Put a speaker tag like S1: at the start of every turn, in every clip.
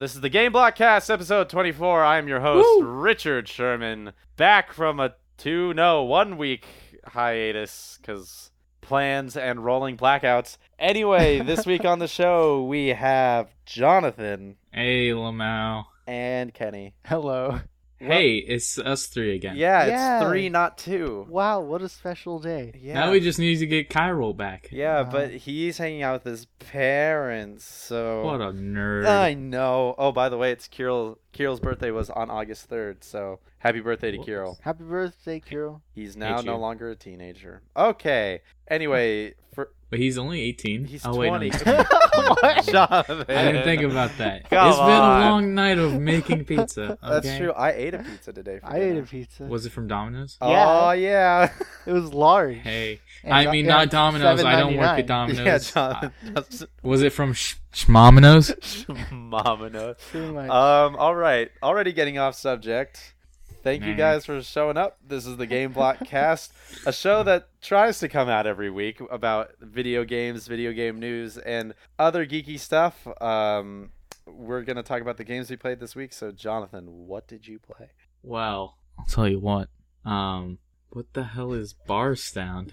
S1: This is the Game Block Cast, episode 24. I am your host,
S2: Woo!
S1: Richard Sherman, back from a two, no, one week hiatus because plans and rolling blackouts. Anyway, this week on the show, we have Jonathan
S3: Hey, Lamau.
S1: and Kenny.
S2: Hello.
S3: Hey, it's us three again.
S1: Yeah, it's
S2: Yeah.
S1: three, not two.
S2: Wow, what a special day.
S1: Yeah.
S3: Now we just need to get Cairo back.
S1: yeah,
S2: Wow.
S1: but he's hanging out with his parents, so.
S3: What a nerd.
S1: I know. Oh, by the way, it's Kirill. Kirill's birthday was on August 3rd, so happy birthday to
S3: Whoops.
S1: Kirill.
S2: Happy birthday, Kirill.
S1: He's now
S3: Hate
S1: no
S3: you.
S1: longer a teenager. Okay. Anyway, for
S3: but he's only 18.
S1: he's
S3: oh, wait, no,
S1: twenty.
S3: he's 20.
S2: What?
S1: Jonathan.
S3: I didn't think about that. It's
S1: Come
S3: been
S1: on.
S3: a long night of making pizza.
S1: That's
S3: okay?
S1: true. I ate a pizza today. For
S2: I ate
S1: dinner.
S2: a pizza.
S3: Was it from Domino's?
S1: Oh yeah.
S2: it was large.
S3: Hey,
S2: And
S3: I
S2: got-
S3: mean
S2: yeah,
S3: not Domino's. I don't work at
S2: $7.99.
S3: Domino's. Ah.
S1: yeah, Jonathan. That's
S3: Was it from Sh- Shmomino's?
S1: Mama knows.
S3: Oh,
S2: Pretty much.
S1: Um. All right. Already getting off subject. Thank you
S3: Man.
S1: guys for showing up. This is the Game Block Cast, a show that tries to come out every week about video games, video game news, and other geeky stuff. Um, we're gonna talk about the games we played this week. So, Jonathan, what did you play?
S3: Well, I'll tell you what. Um, what the hell is bar sound?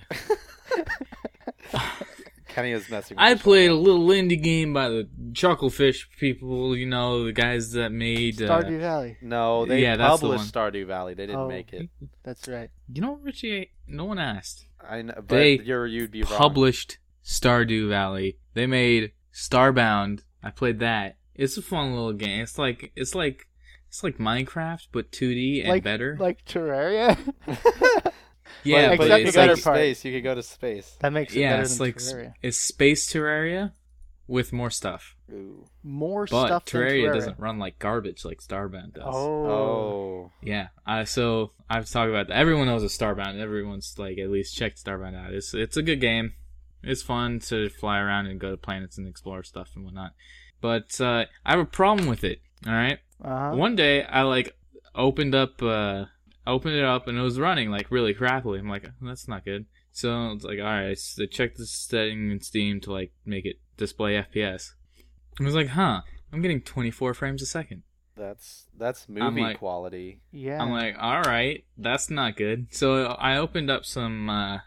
S1: Kenny is messing. With
S3: I
S1: the show.
S3: played a little indie game by the Chucklefish people, you know, the guys that made. Uh,
S2: Stardew Valley.
S1: No, they
S3: Yeah, that's the
S1: published Stardew Valley. They didn't
S2: Oh.
S1: make it.
S2: That's right.
S3: you know, Richie, no one asked.
S1: I know, but
S3: They
S1: you're, you'd be wrong.
S3: Published Stardew Valley. They made Starbound. I played that. It's a fun little game. It's like it's like it's like Minecraft, but 2D and
S2: like
S3: better.
S2: Like Terraria.
S3: yeah,
S2: like-
S1: you
S3: but
S2: except the
S3: it's
S1: could go
S3: like
S2: better
S1: to
S2: part.
S1: space. You could go to space.
S2: that makes it
S3: yeah,
S2: better
S3: it's
S2: than
S3: like s-
S2: Terraria.
S3: it's space Terraria with more stuff.
S1: Ooh.
S2: More
S3: But
S2: stuff than
S3: Terraria,
S2: Terraria
S3: doesn't run like garbage like Starbound does.
S2: Oh.
S1: Oh.
S3: Yeah, uh, so I've talked about that. Everyone knows it's Starbound. Everyone's like at least checked Starbound out. It's it's a good game. It's fun to fly around and go to planets and explore stuff and whatnot. But uh, I have a problem with it. All right.
S2: Uh-huh.
S3: One day I like opened up, uh, opened it up and it was running like really crappily. I'm like, that's not good. So it's like, all right, I s- I checked the setting in Steam to like make it display FPS. I was like, huh, I'm getting 24 frames a second.
S1: That's that's movie
S3: like-
S1: quality.
S2: Yeah.
S3: I'm like, all right, that's not good. So I opened up some uh,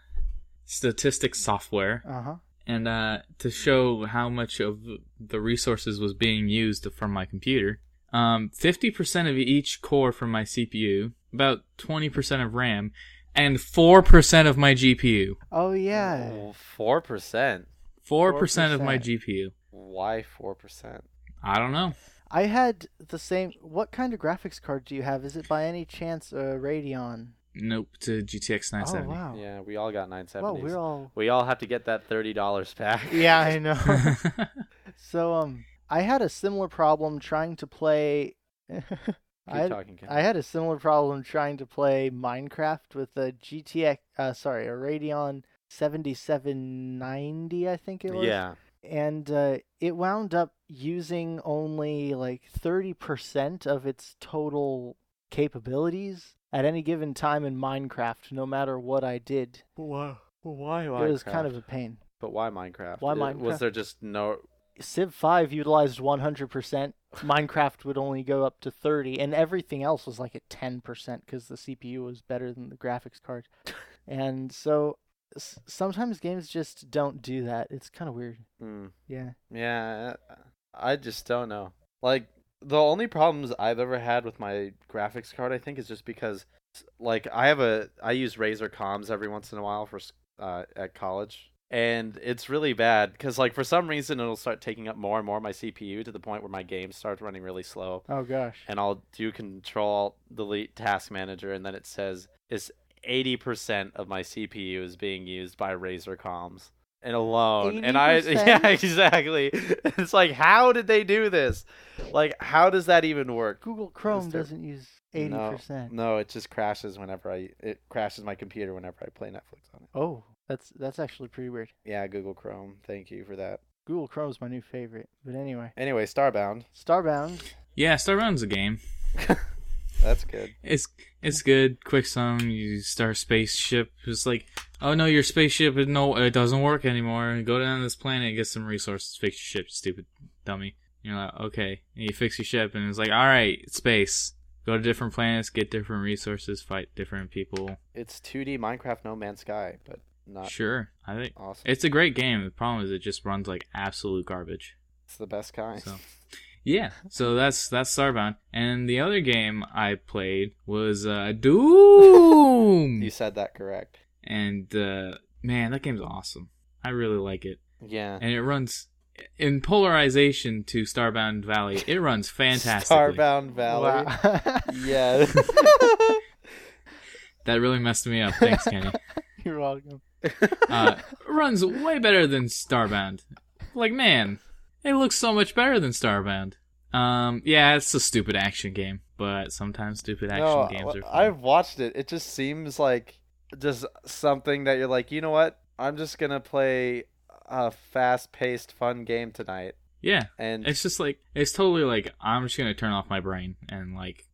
S3: statistics software
S2: uh-huh.
S3: and uh, to show how much of the resources was being used from my computer. Um, 50% of each core from my CPU, about 20% of RAM, and 4% of my GPU.
S2: Oh yeah.
S1: Four percent.
S3: 4%, of my
S2: 4%.
S3: GPU.
S1: Why four percent?
S3: I don't know.
S2: I had the same what kind of graphics card do you have? Is it by any chance a Radeon?
S3: Nope, to GTX
S2: Oh
S3: 970.
S2: wow.
S1: Yeah, we all got nine
S2: Wow,
S1: seventies.
S2: we're all
S1: We all have to get that thirty dollars back.
S2: Yeah, I know. So um, I had a similar problem trying to play.
S1: Keep
S2: I,
S1: talking. Ken.
S2: I had a similar problem trying to play Minecraft with a GTX, uh, sorry, a Radeon 7790, I think it was.
S1: yeah.
S2: And uh, it wound up using only like 30% of its total capabilities at any given time in Minecraft, no matter what I did.
S1: Why? Why?
S2: It was kind of a pain.
S1: But why Minecraft?
S2: Why
S1: It- Was
S2: Minecraft?
S1: there just no?
S2: Civ 5 utilized 100%. Minecraft would only go up to 30 and everything else was like at 10% cuz the CPU was better than the graphics card. And so s- sometimes games just don't do that. It's kind of weird.
S1: Mm.
S2: Yeah.
S1: Yeah, I I just don't know. Like the only problems I've ever had with my graphics card, I think, is just because like I have a I use Razer comms every once in a while for s- uh, at college, and it's really bad because like for some reason it'll start taking up more and more of my CPU to the point where my game starts running really slow,
S2: Oh gosh.
S1: and I'll do Control Delete Task Manager, and then it says it's eighty percent of my CPU is being used by Razer comms and alone. And I
S2: 80%?
S1: yeah exactly. It's like how did they do this? Like how does that even work?
S2: Google Chrome
S1: ter-
S2: doesn't use 80%.
S1: No, it just crashes whenever I it crashes my computer whenever I play Netflix on it.
S2: Oh, that's that's actually pretty weird.
S1: Yeah, Google Chrome. Thank you for that.
S2: Google Chrome's my new favorite. But anyway,
S1: Anyway, Starbound.
S2: Starbound.
S3: yeah, Starbound's a game.
S1: That's good.
S3: It's it's good. Quick sum. You start a spaceship. It's like, oh no, your spaceship is no, it doesn't work anymore. Go down to this planet, get some resources, fix your ship, stupid dummy. you're like, okay. And you fix your ship, and it's like, all right, space. Go to different planets, get different resources, fight different people.
S1: It's 2D Minecraft No Man's Sky, but not
S3: sure, I think
S1: awesome. It's,
S3: it's a great game. The problem is it just runs like absolute garbage.
S1: the best kind.
S3: So, yeah. So that's that's Starbound. And the other game I played was uh, Doom.
S1: You said that correct.
S3: and uh, man, that game's awesome. I really like it.
S1: Yeah.
S3: And it runs in polarization to Starbound Valley. It runs fantastically.
S1: Starbound Valley.
S2: Wow.
S1: Yeah.
S3: That really messed me up. Thanks, Kenny.
S2: You're welcome.
S3: Uh, it runs way better than Starbound. Like man, it looks so much better than Starbound. Um, yeah, it's a stupid action game, but sometimes stupid action
S1: no,
S3: games are.
S1: w-
S3: Fun.
S1: I've watched it. It just seems like just something that you're like, you know what? I'm just gonna play a fast-paced, fun game tonight.
S3: Yeah,
S1: And
S3: It's just like it's totally like I'm just gonna turn off my brain and like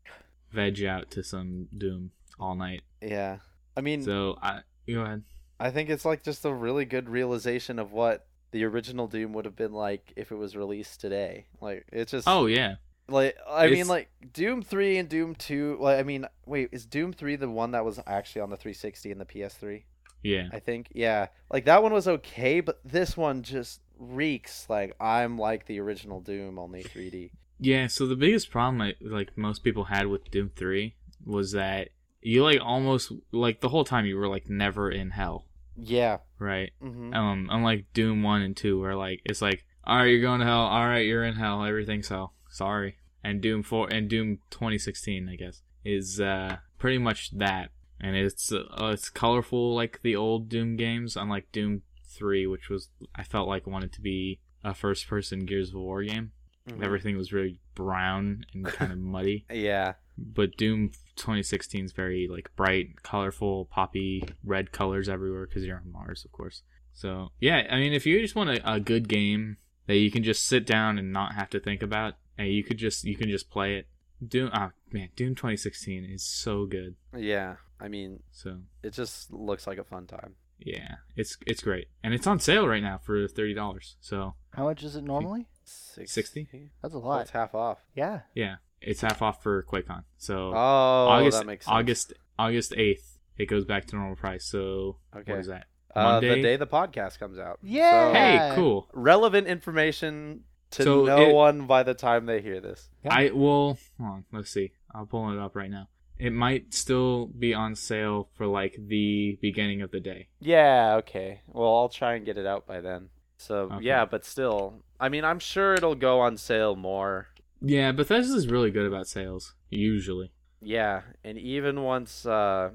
S3: veg out to some Doom all night.
S1: yeah, I mean,
S3: So I go ahead.
S1: I think it's like just a really good realization of what the original Doom would have been like if it was released today. Like it's just
S3: Oh yeah,
S1: like I mean
S3: it's-
S1: like Doom 3 and Doom 2, like I mean, wait, is Doom 3 the one that was actually on the 360 and the PS3?
S3: yeah.
S1: I think. Yeah. Like that one was okay, but this one just reeks like I'm like the original Doom only 3D.
S3: Yeah, so the biggest problem I, like most people had with Doom 3 was that you like almost like the whole time you were like never in hell,
S1: Yeah.
S3: right?
S1: Mhm.
S3: Um unlike Doom 1 and 2 where like it's like all right, you're going to hell. All right, you're in hell. Everything's hell. Sorry. And Doom 4 and Doom 2016, I guess, is uh pretty much that. And it's uh, it's colorful like the old Doom games, unlike Doom 3, which was I felt like wanted to be a first-person Gears of War game.
S1: Mhm.
S3: Everything was really brown and kind of muddy.
S1: Yeah.
S3: But Doom 2016 is very like bright, colorful, poppy, red colors everywhere because you're on Mars, of course. So yeah, I mean, if you just want a, a good game that you can just sit down and not have to think about, and you could just you can just play it. Doom, oh man, Doom 2016 is so good.
S1: Yeah. I mean,
S3: So
S1: it just looks like a fun time.
S3: yeah, it's it's great, and it's on sale right now for thirty dollars. So
S2: How much is it normally?
S3: 60?
S2: That's a
S1: Well,
S2: lot.
S1: it's half off.
S2: Yeah.
S3: yeah, it's half off for QuakeCon. So
S1: Oh,
S3: August
S1: that makes sense.
S3: August August eighth. It goes back to normal price. So
S1: Okay.
S3: what is that?
S1: Uh, the
S3: Monday?
S1: day the podcast comes out.
S2: Yeah.
S1: So-
S3: Hey,
S2: Yeah.
S3: cool.
S1: relevant information to
S3: So
S1: no
S3: it-
S1: one by the time they hear this.
S2: Yeah.
S3: I will. Hold on, let's see. I'll pull it up right now. It might still be on sale for like the beginning of the day.
S1: Yeah, okay. Well, I'll try and get it out by then. So,
S3: Okay.
S1: yeah, but still, I mean, I'm sure it'll go on sale more.
S3: Yeah, Bethesda's really good about sales usually.
S1: Yeah, and even once uh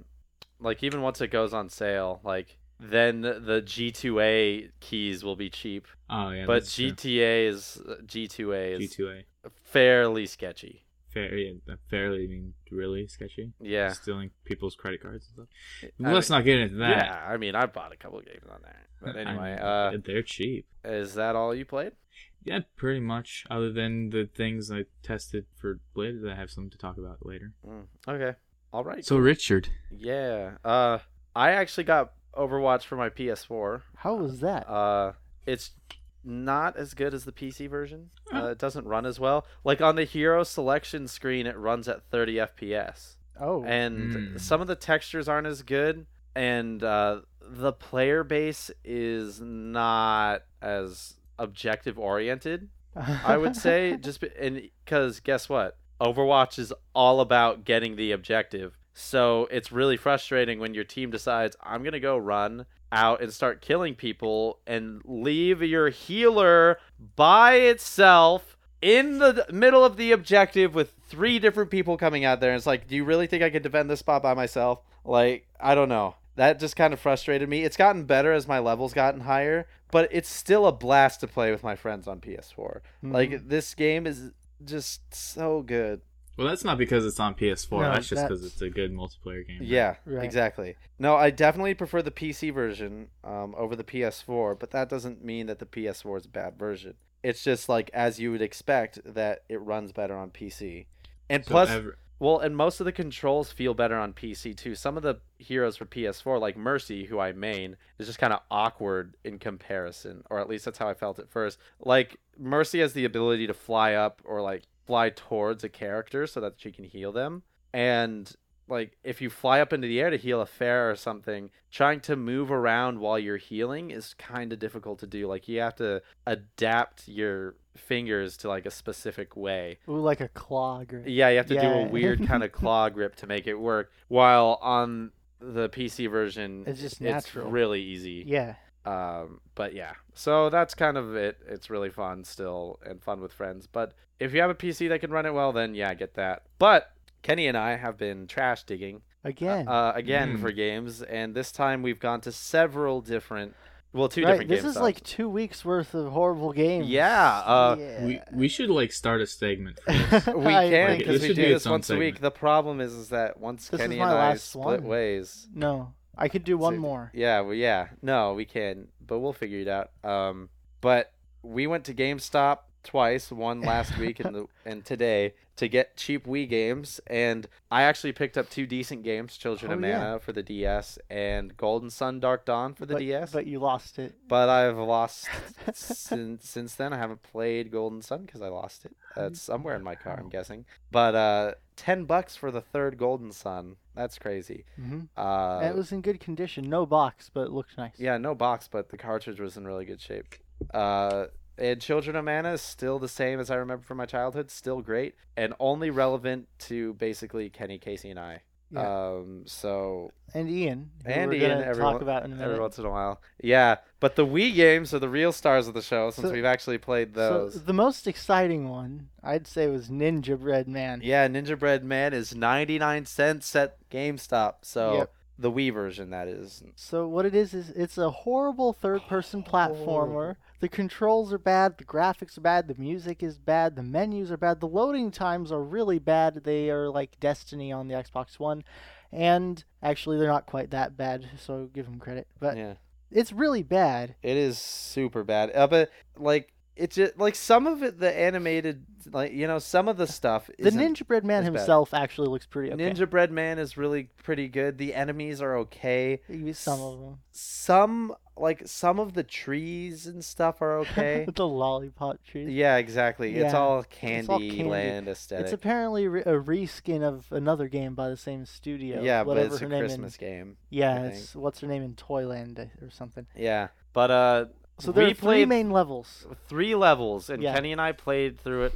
S1: like even once it goes on sale, like then the G2A keys will be cheap,
S3: Oh yeah,
S1: but
S3: that's true.
S1: GTA is uh, G2A is
S3: G2A
S1: fairly sketchy.
S3: fair, yeah, that fairly I mean really sketchy.
S1: Yeah.
S3: Stealing people's credit cards and stuff.
S1: I
S3: Let's
S1: mean-
S3: not get into that.
S1: Yeah, I mean, I bought a couple games on there. But
S3: I
S1: anyway,
S3: mean,
S1: uh
S3: they're cheap.
S1: is that all you played?
S3: Yeah, pretty much. Other than the things I tested for later, that I have something to talk about later.
S1: Mm, okay. All right.
S3: So Richard,
S1: Yeah. Uh, I actually got Overwatch for my PS4.
S2: How was that?
S1: Uh, it's not as good as the PC version. Uh, it doesn't run as well. Like on the hero selection screen, it runs at 30 FPS,
S2: oh.
S1: and
S3: Hmm.
S1: some of the textures aren't as good, and uh, the player base is not as objective oriented. I would say just be, and because guess what, Overwatch is all about getting the objective. So it's really frustrating when your team decides I'm gonna go run out and start killing people and leave your healer by itself in the d- middle of the objective with three different people coming out there. And it's like, do you really think I could defend this spot by myself? Like, I don't know. That just kind of frustrated me. It's gotten better as my levels gotten higher, but it's still a blast to play with my friends on PS4.
S2: Mhm.
S1: Like this game is just so good.
S3: Well, that's not because it's on PS4.
S2: No,
S3: that's just because
S2: that's-
S3: it's a good multiplayer game.
S1: Yeah,
S2: Right.
S1: exactly. No, I definitely prefer the PC version um, over the PS4, but that doesn't mean that the PS4 is a bad version. It's just like as you would expect that it runs better on PC. And
S3: So
S1: plus,
S3: ev-
S1: Well, and most of the controls feel better on PC too. Some of the heroes for PS4, like Mercy, who I main, is just kind of awkward in comparison, or at least that's how I felt at first. Like Mercy has the ability to fly up or like fly towards a character so that she can heal them, and like if you fly up into the air to heal a fair or something, trying to move around while you're healing is kind of difficult to do. Like you have to adapt your fingers to like a specific way.
S2: Mm-hmm. Ooh, like a claw grip.
S1: Yeah, you have to do a
S2: Yeah.
S1: weird kind of claw grip to make it work. While on the PC version,
S2: It's just natural.
S1: really easy.
S2: Yeah.
S1: Um, but yeah, so that's kind of it. It's really fun still and fun with friends. But if you have a PC that can run it well, then yeah, get that. But Kenny and I have been trash digging
S2: Again.
S1: uh, again
S3: Mm.
S1: for games, and this time we've gone to several different, well, two
S2: right,
S1: different
S2: this
S1: games.
S2: is like two weeks worth of horrible games.
S1: Yeah, uh,
S3: We we should like start a segment. For
S2: Yeah.
S3: this.
S1: we
S2: I-
S1: can
S3: Like,
S1: because
S3: this
S1: we do
S3: should be
S1: this
S3: its own
S1: once a week.
S3: segment.
S1: The problem is, is that once
S2: This is
S1: Kenny
S2: my
S1: and I
S2: last
S1: split
S2: one.
S1: ways,
S2: No, I could do one
S1: So-
S2: more.
S1: Yeah, well, yeah. No, we can, but we'll figure it out. Um, but we went to GameStop twice, one last week and the and today to get cheap Wii games, and I actually picked up two decent games, Children of
S2: Oh, yeah.
S1: Mana for the DS and Golden Sun Dark Dawn for the
S2: but,
S1: DS. But,
S2: But you lost it.
S1: I've lost since since then. I haven't played Golden Sun because I lost it.
S2: Oh,
S1: Uh, it's somewhere in my car, I'm guessing. But uh, ten bucks for the third Golden Sun. That's crazy.
S2: hmm
S1: Uh,
S2: it was in good condition. No box, but it looked nice.
S1: yeah, no box, but the cartridge was in really good shape. Uh, and Children of Mana is still the same as I remember from my childhood, still great, and only relevant to basically Kenny, Casey, and I.
S2: Yeah.
S1: Um, so
S2: And Ian. who
S1: And
S2: we're
S1: Ian,
S2: gonna
S1: every
S2: talk
S1: one-
S2: about in a minute.
S1: every once in a while, yeah. But the Wii games are the real stars of the show since
S2: So-
S1: we've actually played those.
S2: So the most exciting one, I'd say, was Ninja Bread Man.
S1: Yeah, Ninja Bread Man is ninety nine cents at GameStop. So
S2: Yep.
S1: the Wii version that is.
S2: So what it is is it's a horrible third-person platformer. The controls are bad, the graphics are bad, the music is bad, the menus are bad, the loading times are really bad. They are like Destiny on the Xbox One, and actually they're not quite that bad, so give them credit. But
S1: Yeah.
S2: it's really bad.
S1: It is super bad. Uh, but like it's just, like some of it, the animated, like you know, some of the stuff.
S2: The
S1: isn't-
S2: Ninja Bread Man
S1: as bad.
S2: himself actually looks pretty okay.
S1: Ninja Bread Man is really pretty good. The enemies are okay.
S2: Maybe Some of them.
S1: Some like some of the trees and stuff are okay.
S2: the lollipop trees.
S1: yeah, exactly. It's
S2: Yeah.
S1: all
S2: It's
S1: candy,
S2: all
S1: land
S2: It's
S1: aesthetic.
S2: apparently re- a reskin of another game by the same studio.
S1: yeah, but
S2: whatever
S1: it's
S2: her
S1: a
S2: name in-
S1: Christmas game.
S2: Yeah,
S1: I
S2: it's what's her name in Toyland I- or something.
S1: Yeah, but uh,
S2: So there
S1: we
S2: are three
S1: played
S2: main levels.
S1: three levels, and
S2: Yeah.
S1: Kenny and I played through it,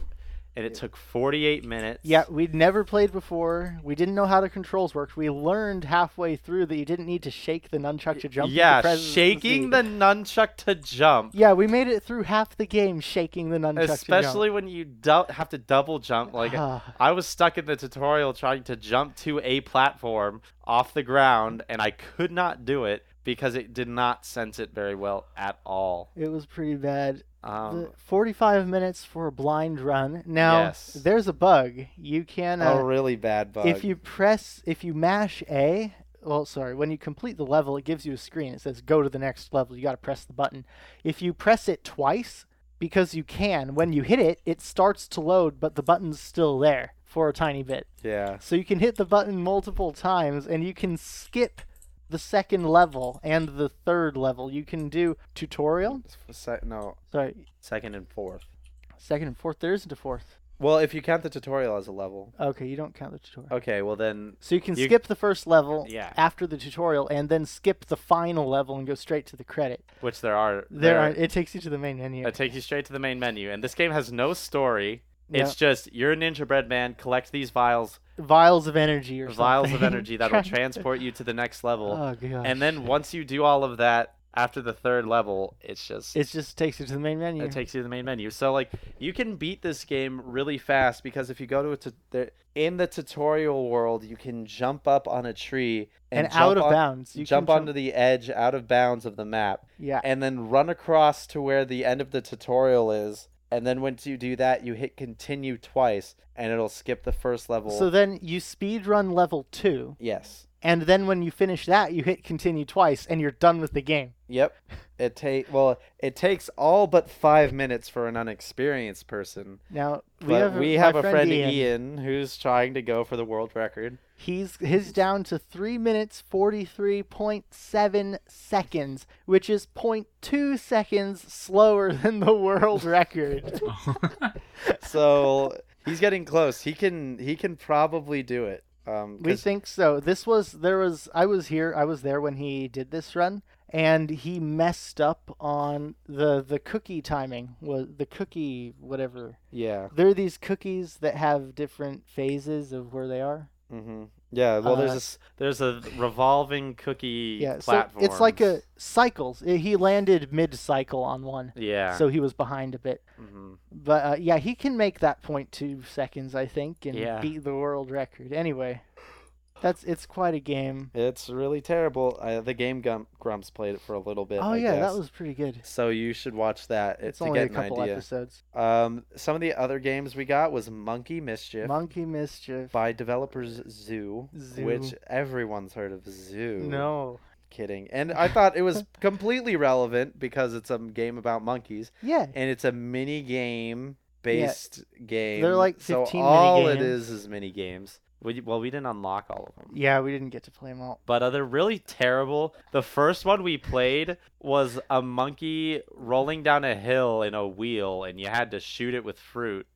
S1: and it took forty eight minutes.
S2: Yeah, we'd never played before. We didn't know how the controls worked. We learned halfway through that you didn't need to shake the nunchuck to jump.
S1: yeah,
S2: to press
S1: shaking
S2: Z.
S1: the nunchuck to jump,
S2: Yeah, we made it through half the game shaking the nunchuck. Ah.
S1: especially when you dou- have to double jump.
S2: to
S1: Like
S2: jump.
S1: I was stuck in the tutorial trying to jump to a platform off the ground, and I could not do it because it did not sense it very well at all.
S2: it was pretty bad.
S1: Um,
S2: The- Forty-five minutes for a blind run. Now
S1: Yes. Oh,
S2: there's a bug. You can. Uh,
S1: a really bad bug.
S2: If you press, if you mash A, well, sorry, when you complete the level, it gives you a screen. It says go to the next level. You got to press the button. If you press it twice, because you can, when you hit it, it starts to load, but the button's still there for a tiny bit.
S1: yeah,
S2: So you can hit the button multiple times and you can skip the second level and the third level. You can do tutorial.
S1: Se- no,
S2: Sorry,
S1: second and fourth.
S2: second and fourth. There isn't a fourth.
S1: Well, if you count the tutorial as a level,
S2: Okay, you don't count the tutorial.
S1: okay. Well then,
S2: So you can
S1: You-
S2: skip the first level
S1: Yeah.
S2: after the tutorial and then skip the final level and go straight to the credit.
S1: which there are
S2: There, are, it takes you to the main menu.
S1: It takes you straight to the main menu, and this game has no story.
S2: Yeah.
S1: It's just you're a ninja bread man. Collect these vials,
S2: vials of energy or
S1: vials of
S2: something.
S1: energy that'll
S2: Trying to-
S1: transport you to the next level.
S2: Oh gosh.
S1: and then once you do all of that after the third level, it's just
S2: it just takes you to the main menu.
S1: it takes you to the main menu. So like you can beat this game really fast because if you go to a tu- there- in the tutorial world, you can jump up on a tree
S2: and
S1: and,
S2: out
S1: jump
S2: of
S1: on-
S2: bounds. You
S1: jump
S2: can
S1: onto the edge out of bounds of the map
S2: yeah.
S1: and then run across to where the end of the tutorial is. And then once you do that, you hit continue twice, and it'll skip the first level.
S2: So then you speed run level two,
S1: yes,
S2: and then when you finish that, you hit continue twice, and you're done with the game.
S1: Yep. It take well, it takes all but five minutes for an unexperienced person.
S2: Now
S1: But
S2: we have my
S1: a friend Ian. who's trying to go for the world record.
S2: He's his down to three minutes forty three point seven seconds, which is 0.2 seconds slower than the world record.
S1: So he's getting close. He can he can probably do it. Um,
S2: we
S1: 'cause-
S2: think so. This was there was I was here I was there when he did this run, and he messed up on the the cookie timing was the cookie whatever.
S1: yeah.
S2: There are these cookies that have different phases of where they are.
S1: hmm Yeah. Well, there's
S2: Uh,
S1: this there's a revolving cookie
S2: Yeah,
S1: platform.
S2: so it's like a cycles. He landed mid cycle on one.
S1: yeah.
S2: So he was behind a bit.
S1: hmm
S2: But uh, yeah, he can make that point two seconds, I think, and
S1: Yeah.
S2: beat the world record. Anyway, that's it's quite a game.
S1: It's really terrible. Uh, the game Gump, Grumps played it for a little bit.
S2: oh
S1: I
S2: yeah,
S1: guess.
S2: that was pretty good.
S1: So you should watch that uh,
S2: It's
S1: to
S2: only
S1: get
S2: a couple
S1: an idea.
S2: episodes.
S1: Um, some of the other games we got was Monkey Mischief
S2: Monkey mischief.
S1: by developers Zoo, which
S2: Zoo.
S1: everyone's heard of Zoo.
S2: No.
S1: kidding. And I thought it was completely relevant because it's a game about monkeys
S2: Yeah.
S1: and it's a mini game based game.
S2: They're like
S1: so
S2: 15
S1: all it
S2: minigames.
S1: is is mini games. We, well, we didn't unlock all of them.
S2: Yeah, we didn't get to play them all.
S1: But uh, they're really terrible. The first one we played was a monkey rolling down a hill in a wheel, and you had to shoot it with fruit.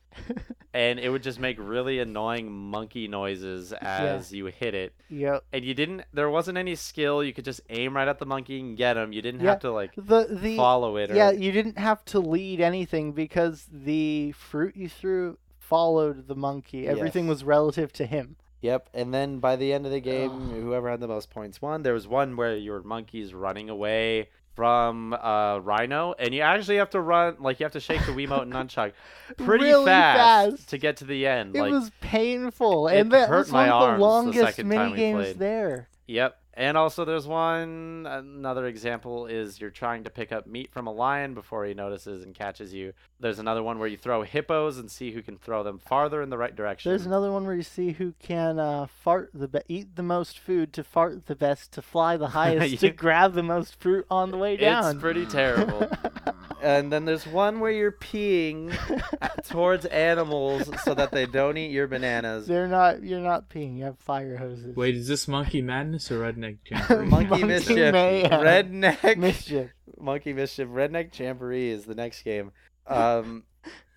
S1: and it would just make really annoying monkey noises as you hit it.
S2: Yep.
S1: And you didn't, there wasn't any skill. You could just aim right at the monkey and get him. You didn't
S2: Yeah.
S1: have to, like,
S2: The the
S1: follow it. Or,
S2: yeah, you didn't have to lead anything because the fruit you threw followed the monkey. Everything
S1: Yes.
S2: was relative to him.
S1: Yep. And then by the end of the game,
S2: Ugh.
S1: whoever had the most points won. There was one where your monkey's running away from uh, Rhino, and you actually have to run, like, you have to shake the Wiimote and Nunchuck pretty
S2: Really
S1: fast,
S2: fast.
S1: to get to the end.
S2: It
S1: like,
S2: was painful,
S1: it
S2: and that
S1: hurt
S2: was
S1: my
S2: one of
S1: arms
S2: the
S1: the
S2: longest
S1: second time we
S2: minigames
S1: played.
S2: there.
S1: yep. And also, there's one, another example is you're trying to pick up meat from a lion before he notices and catches you. There's another one where you throw hippos and see who can throw them farther in the right direction.
S2: There's another one where you see who can uh, fart the be- eat the most food to fart the best to fly the highest to
S1: Yeah.
S2: grab the most fruit on the way down.
S1: It's pretty terrible. and then there's one where you're peeing at- towards animals so that they don't eat your bananas.
S2: They're not. You're not peeing. You have fire hoses.
S3: Wait, is this Monkey Madness or Redneck Jamboree?
S1: Monkey,
S2: Monkey
S1: mischief,
S2: Mayhem.
S1: redneck
S2: mischief.
S1: monkey mischief, redneck jamboree is the next game. Um,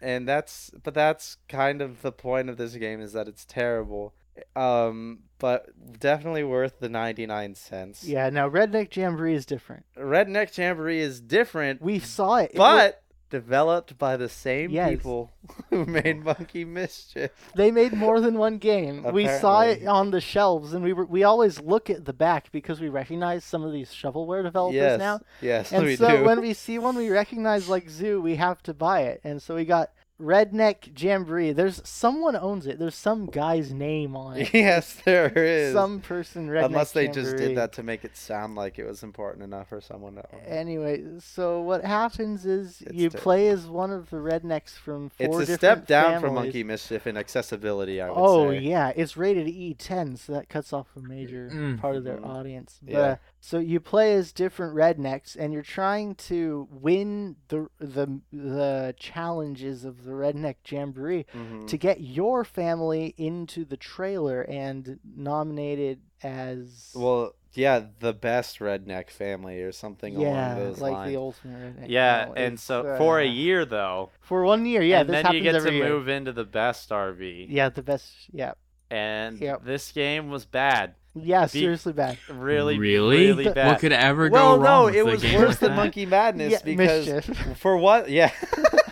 S1: and that's but that's kind of the point of this game is that it's terrible. Um, but definitely worth the ninety nine cents.
S2: Yeah. Now redneck jamboree is different.
S1: redneck jamboree is different,
S2: We saw it. It wa-
S1: Mm. but developed by the same
S2: Yes.
S1: people who made Monkey Mischief.
S2: they made more than one game. We saw it
S1: Apparently.
S2: on the shelves, and we were we always look at the back because we recognize some of these shovelware developers
S1: yes,
S2: now.
S1: yes,
S2: And
S1: we
S2: so
S1: do.
S2: when we see one we recognize like Zoo, we have to buy it. And so we got Redneck Jamboree. There's someone owns it. There's some guy's name on it.
S1: yes, there is.
S2: Some person Redneck
S1: Unless they just
S2: Jamboree.
S1: did that to make it sound like it was important enough for someone to. own it.
S2: Anyway, so what happens is
S1: It's
S2: you
S1: terrible.
S2: play as one of the rednecks from
S1: It's
S2: four
S1: a
S2: different
S1: step down
S2: families.
S1: from Monkey Mischief in accessibility, I would
S2: Oh
S1: say.
S2: yeah, it's rated E10, so that cuts off a major
S3: Mm.
S2: part of their
S1: Mhm.
S4: Mm-hmm.
S2: audience. But,
S1: Yeah.
S2: uh, so you play as different rednecks, and you're trying to win the the the challenges of the redneck jamboree
S1: Mhm.
S2: to get your family into the trailer and nominated as
S1: Well, yeah, the best redneck family or something
S2: yeah,
S1: along those
S2: like
S1: lines.
S2: the ultimate redneck.
S4: Yeah,
S2: No,
S4: and
S2: it's,
S4: so for a
S2: uh,
S4: year though,
S2: for one year, yeah,
S4: and
S2: this
S4: then
S2: happens
S4: you get to
S2: every year.
S4: move into the best RV.
S2: Yeah, the best. Yeah,
S4: And
S2: Yep.
S4: this game was bad,
S2: yeah,
S4: Be-
S2: seriously bad.
S4: really,
S3: really?
S4: really bad.
S3: What could ever go
S1: well,
S3: wrong?
S1: no,
S3: with
S1: it
S3: a
S1: was
S3: game
S1: worse
S3: like
S1: than
S3: that?
S1: Monkey Madness
S2: yeah,
S1: because
S2: mischief.
S1: for what? Yeah.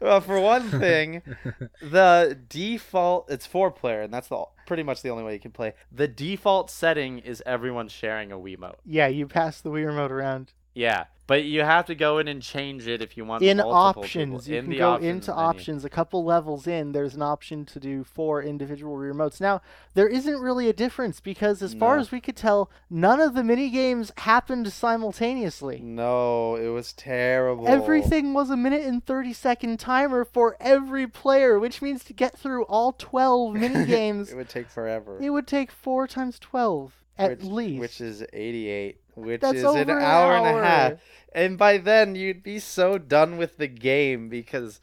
S1: well, for one thing, the default it's four player, and that's the pretty much the only way you can play. The default setting is everyone sharing a Wiimote.
S2: Yeah, you pass the Wii remote around.
S1: Yeah, but you have to go in and change it if you want.
S2: in
S1: multiple
S2: options,
S1: people.
S2: you
S1: in
S2: can
S1: the
S2: go
S1: options
S2: into
S1: menu.
S2: options. A couple levels in, there's an option to do four individual remotes. Now, there isn't really a difference because, as far
S1: No.
S2: as we could tell, none of the mini games happened simultaneously.
S1: No, it was terrible.
S2: Everything was a minute and 30 second timer for every player, which means to get through all 12 mini games,
S1: It would take forever.
S2: it would take 4 times 12. at
S1: which,
S2: least.
S1: which is 88, which
S2: That's
S1: is
S2: over
S1: an hour, and a half.
S2: hour.
S1: And by then you'd be so done with the game because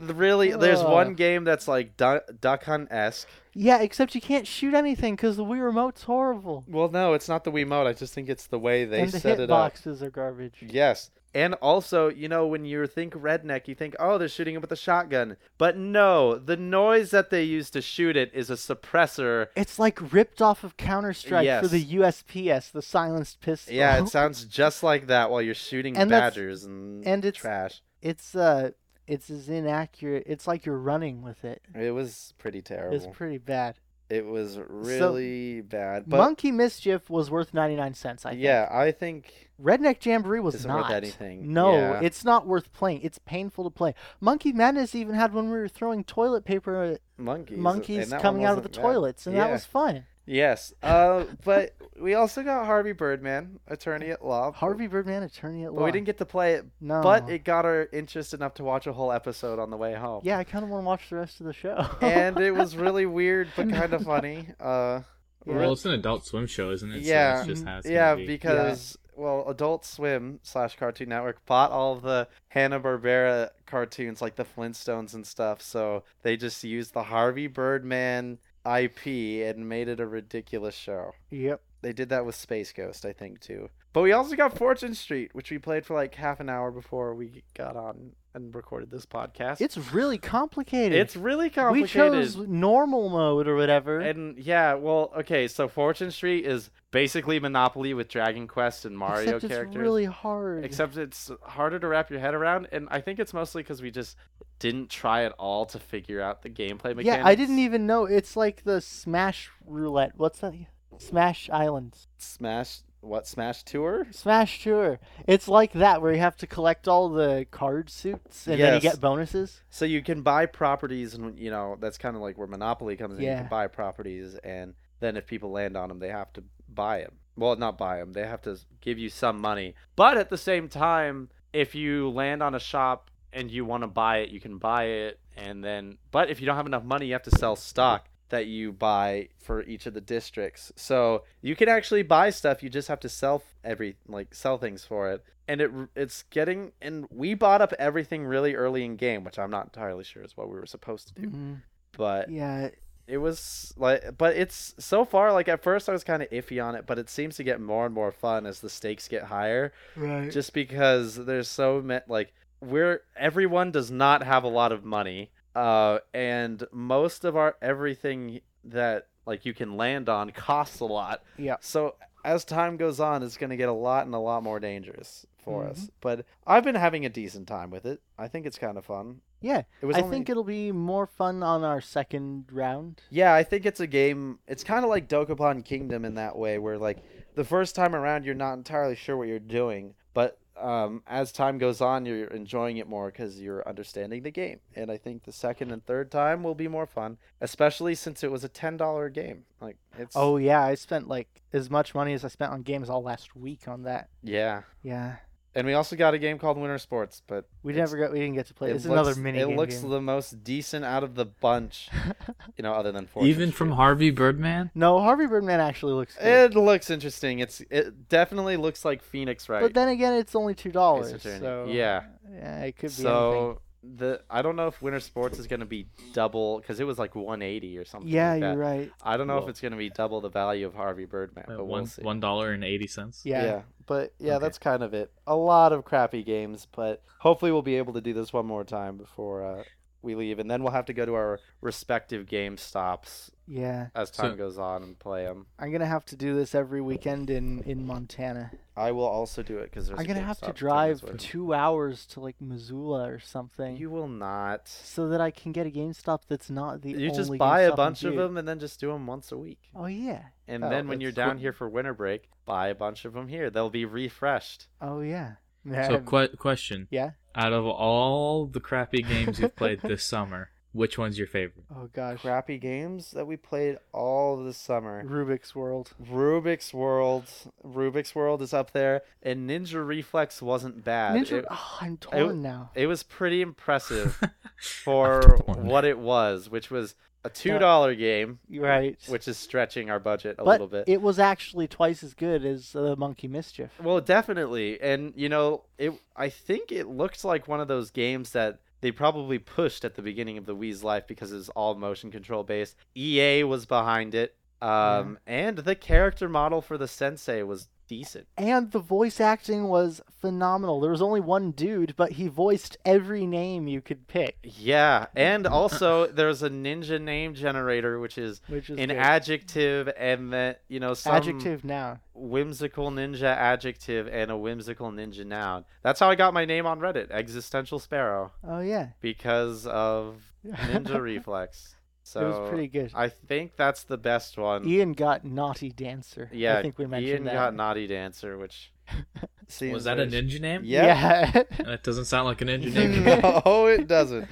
S1: th- really there's
S2: Ugh.
S1: one game that's like du- Duck Hunt esque.
S2: Yeah, except you can't shoot anything because the Wii remote's horrible.
S1: Well, no, it's not the Wiimote. I just think it's the way they
S2: and the
S1: set it up.
S2: hitboxes are garbage.
S1: Yes. And also, you know, when you think redneck, you think, oh, they're shooting it with a shotgun. But no, the noise that they use to shoot it is a suppressor.
S2: It's like ripped off of Counter Strike for
S1: Yes.
S2: the USPS, the silenced pistol.
S1: Yeah, it sounds just like that while you're shooting
S2: And that's-
S1: badgers and,
S2: and it's-
S1: trash.
S2: it's uh, it's as inaccurate. It's like you're running with it.
S1: It was pretty terrible.
S2: It's pretty bad.
S1: It was really bad. But
S2: Monkey Mischief was worth ninety nine cents. I think.
S1: yeah, I think
S2: Redneck Jamboree was
S1: Isn't worth
S2: not
S1: anything.
S2: No,
S1: Yeah.
S2: it's not worth playing. It's painful to play. Monkey Madness even had when we were throwing toilet paper at
S1: monkeys.
S2: monkeys
S1: and that
S2: coming
S1: one
S2: out of the
S1: wasn't bad.
S2: toilets, and that
S1: Yeah.
S2: was fun.
S1: Yes. Uh, but we also got Harvey Birdman, attorney at law.
S2: Harvey Birdman, Attorney at
S1: But
S2: Law. Oh.
S1: we didn't get to play it.
S2: no.
S1: But it got our interest enough to watch a whole episode on the way home.
S2: Yeah, I kind of want to watch the rest of the show.
S1: and it was really weird but kind of funny. Uh,
S3: Well, it's an Adult Swim show, isn't it?
S1: Yeah.
S3: So it's just how it's gonna
S1: yeah,
S3: be.
S1: because well, Adult Swim slash Cartoon Network bought all of the Hanna Barbera cartoons like the Flintstones and stuff, so they just used the Harvey Birdman IP and made it a ridiculous show.
S2: Yep.
S1: They did that with Space Ghost, I think, too. But we also got Fortune Street, which we played for like half an hour before we got on and recorded this podcast.
S2: It's really complicated.
S1: it's really
S2: we
S1: complicated.
S2: chose normal mode or whatever.
S1: And yeah, well, okay, so Fortune Street is basically Monopoly with Dragon Quest and Mario
S2: except
S1: characters.
S2: it's really hard.
S1: Except it's harder to wrap your head around, and I think it's mostly because we just didn't try at all to figure out the gameplay mechanics.
S2: yeah, I didn't even know. It's like the Smash roulette. What's that? Smash Islands.
S1: Smash what Smash Tour?
S2: Smash Tour. It's like that where you have to collect all the card suits and then you
S1: Yes.
S2: get bonuses.
S1: So you can buy properties, and you know that's kind of like where Monopoly comes in. You
S2: Yeah.
S1: can buy properties, and then if people land on them, they have to buy them. Well, not buy them; they have to give you some money. But at the same time, if you land on a shop and you want to buy it, you can buy it, and then. But if you don't have enough money, you have to sell stock that you buy for each of the districts. So you can actually buy stuff. You just have to sell every like sell things for it and it it's getting and we bought up everything really early in game, which I'm not entirely sure is what we were supposed to do.
S2: Mhm.
S1: But
S2: Yeah,
S1: it was like, but it's so far like at first I was kind of iffy on it, but it seems to get more and more fun as the stakes get higher,
S2: right.
S1: just because there's so many like we're everyone does not have a lot of money, uh, and most of our everything that like you can land on costs a lot,
S2: yeah.
S1: so as time goes on, it's going to get a lot and a lot more dangerous for
S2: Mhm.
S1: us. But I've been having a decent time with it. I think it's kind of fun.
S2: Yeah,
S1: It was.
S2: I
S1: only-
S2: think it'll be more fun on our second round.
S1: Yeah, I think it's a game. It's kind of like Dokapon Kingdom in that way, where like the first time around, you're not entirely sure what you're doing, but um, as time goes on, you're enjoying it more because you're understanding the game. And I think the second and third time will be more fun, especially since it was a ten dollar game. Like it's.
S2: Oh yeah, I spent like as much money as I spent on games all last week on that.
S1: yeah.
S2: Yeah,
S1: And we also got a game called Winter Sports, but
S2: we
S1: It's-
S2: never got we didn't get to play.
S1: It
S2: It's another
S1: looks-
S2: mini
S1: It
S2: game
S1: looks
S2: game.
S1: the most decent out of the bunch, you know, other than four.
S3: even from Harvey Birdman.
S2: no, Harvey Birdman actually looks
S1: It
S2: good.
S1: looks interesting. It's it definitely looks like Phoenix Wright.
S2: But then again, it's only two dollars.
S1: It's a journey.
S2: So
S1: Yeah.
S2: yeah, it could be anything.
S1: so the I don't know if Winter Sports is going to be double because it was like 180 or something.
S2: Yeah,
S1: like
S2: you're
S1: that.
S2: right.
S1: I don't know if
S3: Whoa.
S1: it's going to be double the value of Harvey Birdman,
S3: Uh,
S1: but we'll
S3: one
S1: see.
S3: one dollar and eighty cents.
S2: Yeah.
S1: but yeah,
S3: Okay.
S1: that's kind of it. A lot of crappy games, but hopefully we'll be able to do this one more time before uh, we leave, and then we'll have to go to our respective game stops
S2: Yeah,
S1: as
S3: So-
S1: time goes on and play them.
S2: I'm gonna have to do this every weekend in in Montana.
S1: I will also do it because there's.
S2: I'm
S1: a
S2: gonna have to
S1: GameStop
S2: drive
S1: doing this with
S2: two hours to like Missoula or something,
S1: me. You will not.
S2: so that I can get a GameStop that's not the
S1: You just
S2: only
S1: buy
S2: GameStop
S1: a
S2: in
S1: bunch of
S2: Butte.
S1: them and then just do them once a week.
S2: Oh yeah.
S1: And
S2: Oh,
S1: then when you're
S2: that's
S1: down
S2: cool.
S1: here for winter break, buy a bunch of them here. They'll be refreshed.
S2: Oh yeah.
S3: So,
S2: Yeah.
S3: qu- question:
S2: yeah.
S3: Out of all the crappy games you've played this summer, which one's your favorite?
S2: Oh gosh.
S1: Crappy games that we played all the summer.
S2: Rubik's World.
S1: Rubik's World, Rubik's World is up there, and Ninja Reflex wasn't bad.
S2: Ninja.
S1: It,
S2: oh, I'm torn now.
S1: it was pretty impressive
S3: I'm
S1: for
S3: torn.
S1: what it was, which was a a two dollar game,
S2: right?
S1: which is stretching our budget a
S2: but
S1: little bit.
S2: it was actually twice as good as uh, Monkey Mischief.
S1: Well, definitely, and you know, it. I think it looks like one of those games that they probably pushed at the beginning of the Wii's life because it's all motion control based. EA was behind it, um, and the character model for the sensei was decent.
S2: And the voice acting was phenomenal. There was only one dude, but he voiced every name you could pick,
S1: Yeah, and also there's a ninja name generator, which is
S2: which is
S1: an
S2: good.
S1: adjective and that you know some
S2: adjective noun.
S1: whimsical ninja adjective and a whimsical ninja noun. That's how I got my name on Reddit, Existential Sparrow,
S2: Oh yeah,
S1: because of Ninja Reflex. So um,
S2: it was pretty good.
S1: I think that's the best one.
S2: Ian got naughty dancer.
S1: yeah,
S2: I think we mentioned
S1: Ian
S2: that.
S1: got Naughty Dancer, which seems
S3: Was that a
S1: very-
S3: ninja name?
S1: Yeah.
S2: Yeah.
S3: That doesn't sound like an ninja name.
S1: no, it doesn't.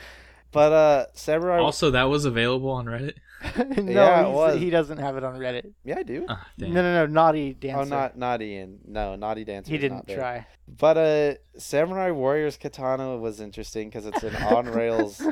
S1: But uh, Samurai.
S3: Also, that was available on Reddit.
S2: no,
S1: Yeah, it
S2: he's-
S1: was.
S2: he doesn't have it on Reddit.
S1: yeah, I do.
S3: Ah,
S2: No,
S3: damn.
S2: no, no, naughty dancer.
S1: Oh, not not Ian. No, Naughty Dancer.
S2: he
S1: is not
S2: didn't
S1: there.
S2: try.
S1: But uh, Samurai Warriors Katana was interesting because it's an on rails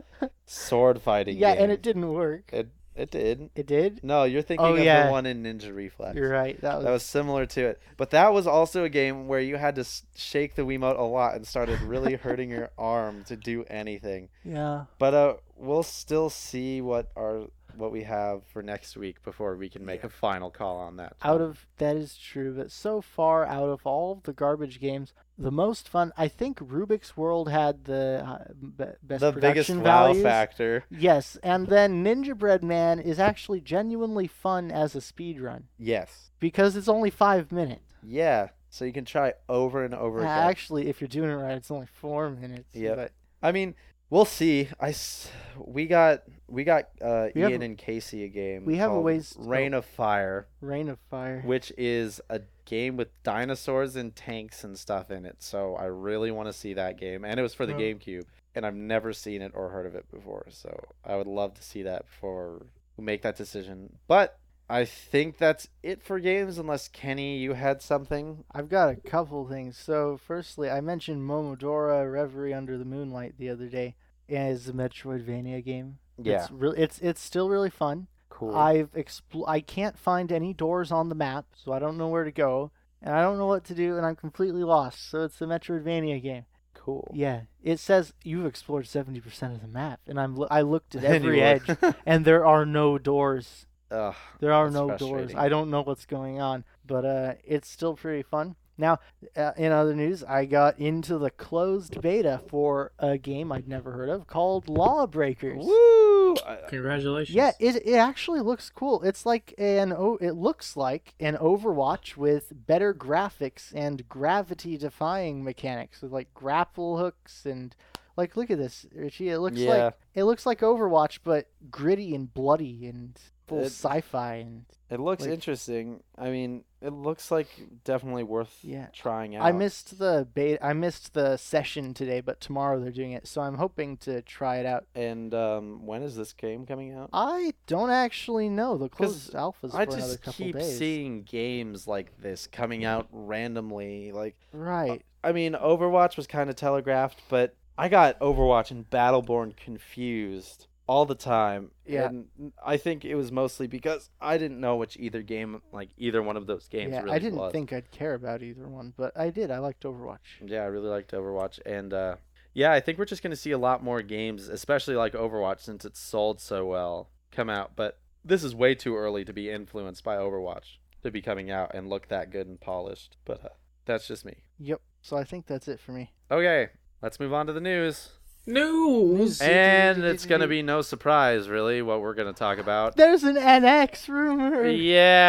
S1: sword fighting.
S2: yeah,
S1: game.
S2: and it didn't work.
S1: It it did.
S2: It did.
S1: No, you're thinking
S2: Oh,
S1: of
S2: yeah.
S1: the one in Ninja Reflex.
S2: You're right. That was,
S1: That was similar to it, but that was also a game where you had to s- shake the Wiimote a lot and started really hurting your arm to do anything.
S2: yeah.
S1: But uh, we'll still see what our what we have for next week before we can make a final call on that.
S2: Out of that is true, but so far out of all of the garbage games, the most fun I think Rubik's World had the uh, be- best
S1: the biggest
S2: production
S1: wow
S2: values.
S1: factor,
S2: Yes, and then Ninja Bread Man is actually genuinely fun as a speed run
S1: yes,
S2: because it's only five minutes.
S1: yeah. So you can try over and over
S2: Uh,
S1: again.
S2: Actually, if you're doing it right, it's only four minutes.
S1: Yeah.
S2: but
S1: I mean, we'll see. I s- we got we got uh,
S2: We have-
S1: Ian and Casey a game.
S2: we have a
S1: called
S2: ways-
S1: Rain of Fire,
S2: Rain of Fire.
S1: which is a game with dinosaurs and tanks and stuff in it. So I really want to see that game, and it was for the
S2: Oh.
S1: GameCube, and I've never seen it or heard of it before. So I would love to see that before we make that decision. But I think that's it for games, unless Kenny, you had something.
S2: I've got a couple things. So, firstly, I mentioned Momodora Reverie Under the Moonlight the other day as a Metroidvania game.
S1: Yeah,
S2: It's really it's it's still really fun.
S1: cool.
S2: I've expl- I can't find any doors on the map, so I don't know where to go, and I don't know what to do and I'm completely lost. So, it's a Metroidvania game.
S1: cool.
S2: Yeah. It says you've explored 70% of the map, and I'm lo- I looked at
S1: Anyway.
S2: every edge and there are no doors
S1: Ugh,
S2: there are
S1: That's
S2: no doors.
S1: frustrating.
S2: I don't know what's going on, but uh, it's still pretty fun. Now, uh, in other news, I got into the closed beta for a game I'd never heard of called Lawbreakers.
S1: Woo! I-
S3: Congratulations.
S2: Yeah, it it actually looks cool. It's like an o- it looks like an Overwatch with better graphics and gravity defying mechanics with like grapple hooks and like look at this, Richie. It looks
S1: Yeah.
S2: like it looks like Overwatch but gritty and bloody and full
S1: It-
S2: sci-fi and
S1: It looks
S2: Like-
S1: interesting. I mean, it looks like definitely worth
S2: Yeah.
S1: trying out.
S2: I missed the beta. I missed the session today, but tomorrow they're doing it, so I'm hoping to try it out.
S1: And um, when is this game coming out?
S2: I don't actually know. The
S1: 'Cause
S2: closed alphas for
S1: I
S2: another
S1: just
S2: couple
S1: keep
S2: days.
S1: seeing games like this coming out randomly. Like,
S2: Right.
S1: I mean, Overwatch was kind of telegraphed, but I got Overwatch and Battleborn confused all the time.
S2: Yeah.
S1: And I think it was mostly because I didn't know which either game, like either one of those games,
S2: Yeah,
S1: really
S2: I didn't
S1: was.
S2: think I'd care about either one, but I did. I liked Overwatch.
S1: Yeah, I really liked Overwatch, and uh, yeah, I think we're just gonna see a lot more games, especially like Overwatch, since it's sold so well, come out. But this is way too early to be influenced by Overwatch to be coming out and look that good and polished. But uh, that's just me.
S2: Yep. So I think that's it for me.
S1: Okay, let's move on to the news,
S3: News.
S1: and it's gonna be no surprise, really, what we're gonna talk about.
S2: There's an NX rumor.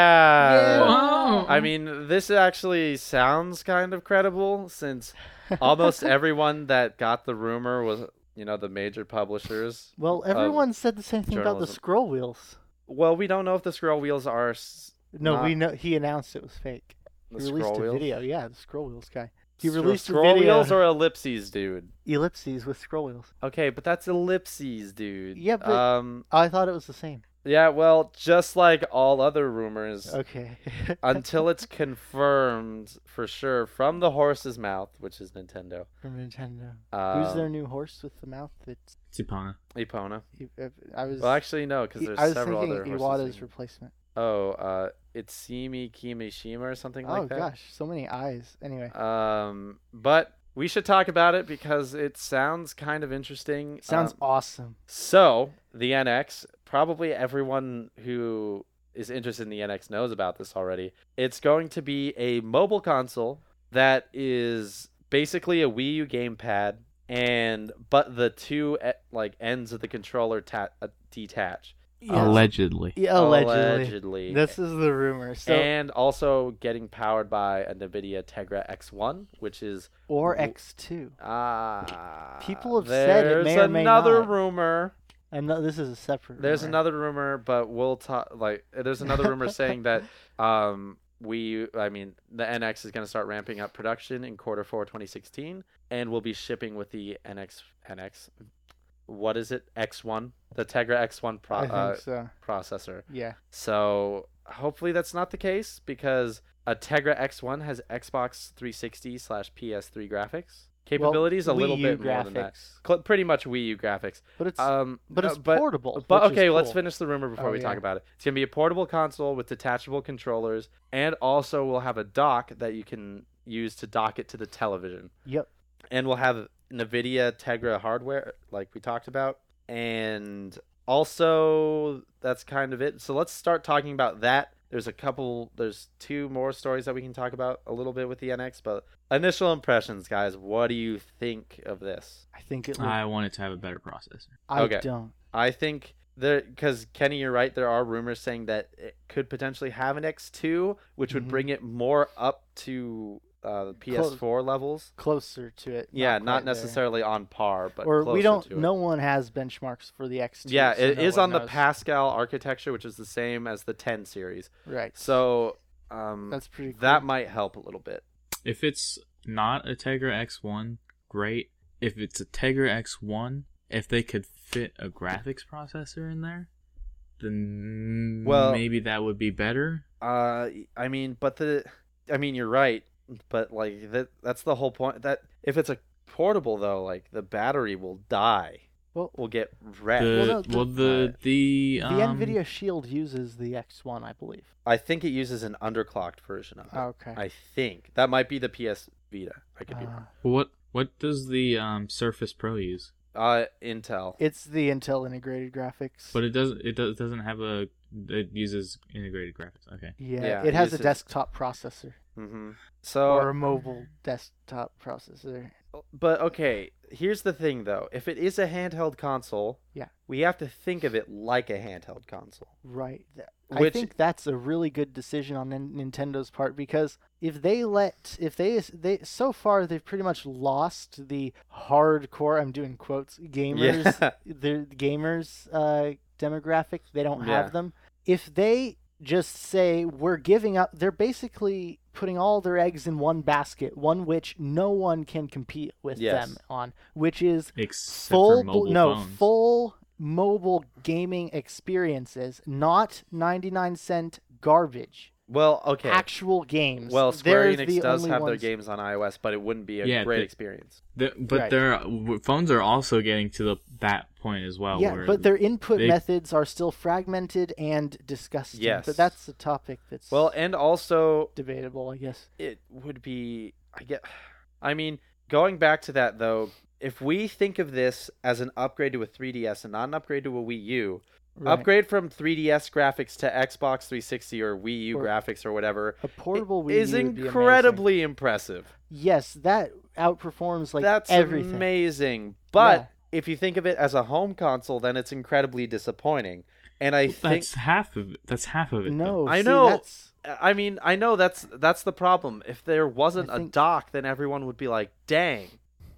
S1: Yeah.
S3: Wow.
S1: I mean, this actually sounds kind of credible since almost everyone that got the rumor was you know the major publishers
S2: well, everyone said the same thing about the
S1: Uh, journalism.
S2: scroll wheels.
S1: well we don't know if the scroll wheels are s-
S2: No,
S1: Not-
S2: we know he announced it was fake.
S1: the
S2: he released
S1: scroll
S2: a
S1: wheels
S2: video. Yeah, the scroll wheels guy. He
S1: Scro-
S2: released a
S1: scroll
S2: video.
S1: wheels or ellipses dude
S2: Ellipses with scroll wheels.
S1: okay but that's ellipses dude
S2: Yeah, but-
S1: um
S2: I thought it was the same.
S1: Yeah, well, just like all other rumors,
S2: Okay.
S1: until it's confirmed for sure from the horse's mouth, which is Nintendo.
S2: From Nintendo.
S1: Um,
S2: Who's their new horse with the mouth? That's e,
S3: Tsupana.
S1: Epona.
S2: I was.
S1: Well, actually, no, because
S2: I-
S1: there's
S2: I was
S1: several
S2: thinking
S1: other horses.
S2: Iwata's
S1: named-
S2: replacement.
S1: Oh, uh, it's Kimi Kimishima or something
S2: oh
S1: like that.
S2: gosh, so many eyes. Anyway,
S1: Um, but we should talk about it because it sounds kind of interesting.
S2: sounds
S1: Um,
S2: awesome.
S1: so the NX. Probably everyone who is interested in the NX knows about this already. It's going to be a mobile console that is basically a Wii U gamepad, and but the two eh, like ends of the controller ta- uh, detach.
S3: Allegedly.
S2: Yeah, allegedly.
S1: Allegedly.
S2: This is the rumor. So
S1: and also getting powered by a NVIDIA Tegra X1, which is
S2: or
S1: w-
S2: X two.
S1: Ah.
S2: People have said it may
S1: there's
S2: or may
S1: another
S2: not.
S1: rumor.
S2: And no, this is a separate.
S1: There's
S2: rumor.
S1: another rumor, but we'll talk. Like, there's another rumor saying that um we, I mean, the NX is going to start ramping up production in quarter four 2016, and we'll be shipping with the NX NX. What is it? X1, the Tegra X1 pro-
S2: I think
S1: uh,
S2: so.
S1: processor.
S2: Yeah.
S1: So hopefully that's not the case because a Tegra X1 has Xbox 360 slash PS3 graphics capabilities,
S2: Wii
S1: a little
S2: U
S1: bit more than that. Cl- pretty much Wii U graphics.
S2: But it's
S1: Um,
S2: but
S1: uh,
S2: it's portable.
S1: But
S2: which is
S1: okay, let's
S2: cool.
S1: finish the rumor before
S2: Oh,
S1: we talk
S2: yeah.
S1: about it. It's gonna be a portable console with detachable controllers, and also we'll have a dock that you can use to dock it to the television
S2: Yep.
S1: and we'll have NVIDIA Tegra hardware, like we talked about, and also that's kind of it. So let's start talking about that. There's a couple, there's two more stories that we can talk about a little bit with the NX, but initial impressions, guys. What do you think of this?
S2: I think it. Will,
S3: I wanted to have a better processor.
S2: I
S1: okay.
S2: don't.
S1: I think there, because Kenny, you're right. There are rumors saying that it could potentially have an X2, which would
S2: Mhm.
S1: bring it more up to uh, PS4 levels.
S2: Closer to it.
S1: Yeah, not,
S2: quite there.
S1: necessarily on par, but
S2: or
S1: closer
S2: we don't.
S1: to it.
S2: No one has benchmarks for the X two.
S1: Yeah,
S2: so
S1: it is
S2: no one
S1: on the
S2: knows.
S1: Pascal architecture, which is the same as the 10 series.
S2: Right.
S1: So um,
S2: that's pretty. Cool.
S1: that might help a little bit.
S3: If it's not a Tegra X1, great. If it's a Tegra X1, if they could fit a graphics processor in there, then
S1: Well-
S3: maybe that would be better.
S1: Uh, I mean, but the, I mean, you're right, but like that, that's the whole point. That if it's a portable though, like the battery will die.
S2: Well-
S1: will get wrecked.
S2: Well,
S3: The,
S2: no, uh,
S3: well, the the,
S2: the
S3: um,
S2: Nvidia Shield uses the X one, I believe.
S1: I think it uses an underclocked version of it.
S2: Oh, Okay.
S1: I think that might be the PS Vita. I could be
S2: Uh,
S1: wrong.
S3: What what does the um, Surface Pro use?
S1: Uh, Intel.
S2: it's the Intel integrated graphics.
S3: But it doesn't it does, doesn't have a it uses integrated graphics. Okay.
S2: yeah,
S1: yeah,
S2: it has a
S1: uses-
S2: desktop processor
S1: hmm So
S2: or a mobile desktop processor.
S1: But okay, here's the thing though. If it is a handheld console,
S2: Yeah.
S1: we have to think of it like a handheld console.
S2: Right. Th- I
S1: Which-
S2: think that's a really good decision on Nin- Nintendo's part because if they let if they they so far they've pretty much lost the hardcore I'm doing quotes gamers
S1: Yeah.
S2: the gamers uh, demographic they don't
S1: Yeah.
S2: have them if they just say we're giving up they're basically putting all their eggs in one basket one which no one can compete with
S1: Yes.
S2: them on which is
S3: Except
S2: full
S3: for mobile
S2: no
S3: phones.
S2: full mobile gaming experiences not 99 cent garbage
S1: Well, okay.
S2: actual games
S1: well, Square
S2: They're the
S1: Enix does
S2: only
S1: have their
S2: ones-
S1: games on iOS, but it wouldn't be a
S3: Yeah,
S1: great
S3: the-
S1: experience.
S3: The, but
S2: Right.
S3: their w- phones are also getting to the that point as well.
S2: yeah
S3: where
S2: but their input
S3: they-
S2: methods are still fragmented and disgusting
S1: Yes.
S2: but that's a topic that's
S1: Well, and also
S2: debatable i guess
S1: it would be I get I mean, going back to that though, if we think of this as an upgrade to a 3DS and not an upgrade to a Wii U,
S2: Right.
S1: upgrade from 3DS graphics to Xbox 360 or Wii U
S2: Or-
S1: graphics or whatever
S2: a portable Wii
S1: is
S2: U would be amazing.
S1: incredibly impressive.
S2: yes that outperforms like
S1: That's
S2: everything
S1: amazing. But if you think of it as a home console, then it's incredibly disappointing. And I
S3: Well,
S1: think
S3: that's half of it. That's half of it. though.
S2: no
S1: I
S2: see,
S1: know.
S2: that's-
S1: I mean I know that's that's the problem. If there wasn't
S2: I
S1: a
S2: think-
S1: dock, then everyone would be like, "Dang."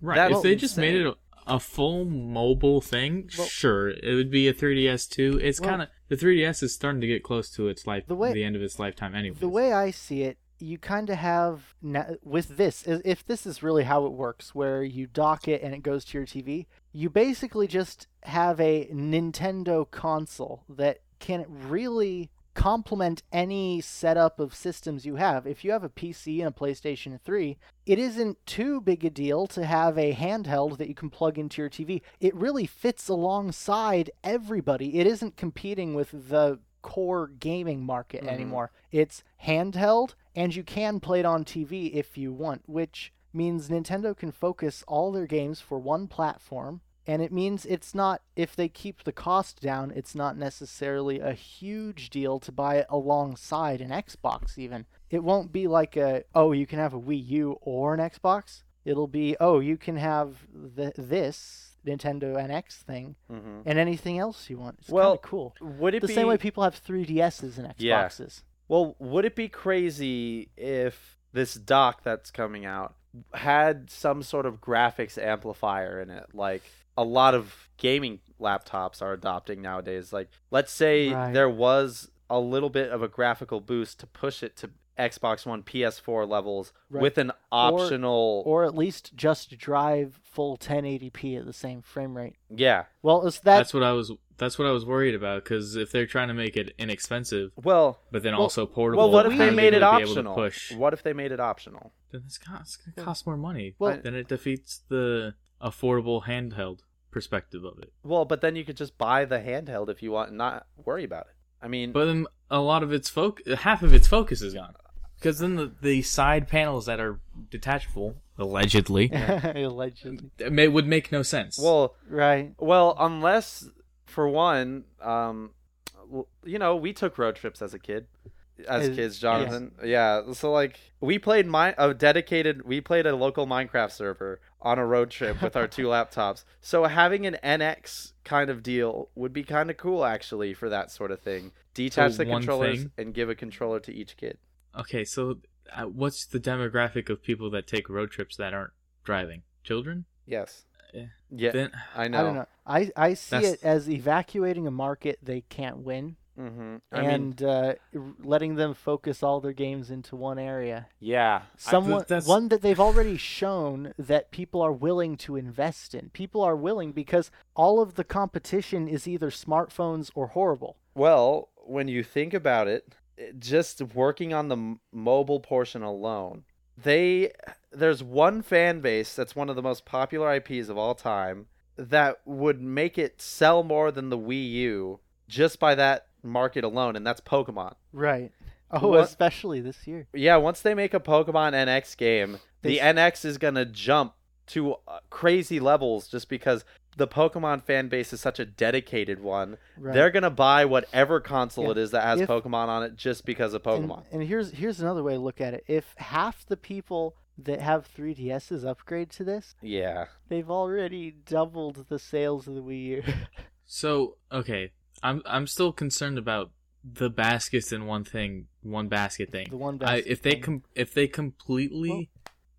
S3: Right.
S1: That
S3: if they
S1: was
S3: just
S1: insane.
S3: made it a, a full mobile thing,
S2: Well-
S3: sure, it would be a 3DS too. It's
S2: Well-
S3: kind of the 3DS is starting to get close to its life,
S2: The
S3: the,
S2: way-
S3: end of its lifetime, anyway.
S2: The way I see it, you kind of have na- with this, i- if this is really how it works, where you dock it and it goes to your TV, you basically just have a Nintendo console that can really complement any setup of systems you have. If you have a PC and a PlayStation 3, it isn't too big a deal to have a handheld that you can plug into your TV. It really fits alongside everybody. It isn't competing with the core gaming market
S1: Mhm.
S2: anymore. It's handheld and you can play it on TV if you want, which means Nintendo can focus all their games for one platform and it means it's not if they keep the cost down it's not necessarily a huge deal to buy it alongside an xbox even it won't be like a oh you can have a wii u or an xbox it'll be oh you can have the, this nintendo nx thing
S1: hmm
S2: and anything else you want Mm-hmm. it's
S1: Well,
S2: kind of cool
S1: Would it
S2: the
S1: be
S2: same way people have 3ds's and xboxes
S1: Yeah. Well, would it be crazy if this doc that's coming out had some sort of graphics amplifier in it? Like a lot of gaming laptops are adopting nowadays. Like, let's say
S2: Right.
S1: there was a little bit of a graphical boost to push it to Xbox One, PS4 levels
S2: Right.
S1: with an optional.
S2: or at least just drive full 1080p at the same frame rate
S1: yeah.
S2: well is that
S3: That's what I was. That's what I was worried about because if they're trying to make it inexpensive,
S1: Well,
S3: but then
S2: Well-
S3: also portable,
S1: well, what if
S3: how
S1: they
S3: are
S1: made it
S3: gonna be able to
S1: optional?
S3: Push?
S1: What if they made it optional?
S3: Then it's going to cost more money.
S2: Well-
S3: then it defeats the affordable handheld perspective of it.
S1: Well, but then you could just buy the handheld if you want and not worry about it. I mean,
S3: But then a lot of its focus, half of its focus is gone. Because then the, the side panels that are detachable, allegedly,
S2: allegedly
S3: it may, would make no sense.
S1: well,
S2: right
S1: Well, unless for one, um, w- you know, we took road trips as a kid, as
S2: As-
S1: kids, Jonathan. Yeah. So like, we played my a dedicated. We played a local Minecraft server on a road trip with our two laptops. So having an NX kind of deal would be kind of cool, actually, for that sort of thing. Detach
S3: So
S1: the
S3: one
S1: controllers
S3: thing?
S1: and give a controller to each kid.
S3: okay, so uh, what's the demographic of people that take road trips that aren't driving? Children?
S1: Yes.
S3: Yeah.
S1: Yeah,
S3: Then,
S1: I know.
S2: I don't know. I, I see
S3: That's-
S2: it as evacuating a market they can't win
S1: Mm-hmm. I mean,
S2: and uh, r- letting them focus all their games into one area.
S4: Yeah.
S2: Someone,
S3: that's-
S2: one that they've already shown that people are willing to invest in. People are willing because all of the competition is either smartphones or horrible.
S1: Well, when you think about it, it- just working on the m- mobile portion alone, they there's one fan base that's one of the most popular IPs of all time that would make it sell more than the Wii U just by that market alone, and that's Pokemon.
S2: Right. Oh,
S1: What-
S2: especially this year.
S1: Yeah, once they make a Pokemon NX game,
S2: They
S1: the
S2: s-
S1: NX is gonna jump to uh, crazy levels just because the Pokemon fan base is such a dedicated one
S2: Right.
S1: they're gonna buy whatever console
S2: Yeah.
S1: it is that has
S2: If-
S1: Pokemon on it just because of
S2: And-
S1: Pokemon.
S2: And, here's here's another way to look at it. If half the people that have 3DSs upgrade to this,
S1: Yeah.
S2: they've already doubled the sales of the Wii U.
S3: so okay, I'm I'm still concerned about the baskets in one thing, one basket thing.
S2: the one
S3: I,
S2: basket
S3: if they
S2: thing.
S3: com- if they completely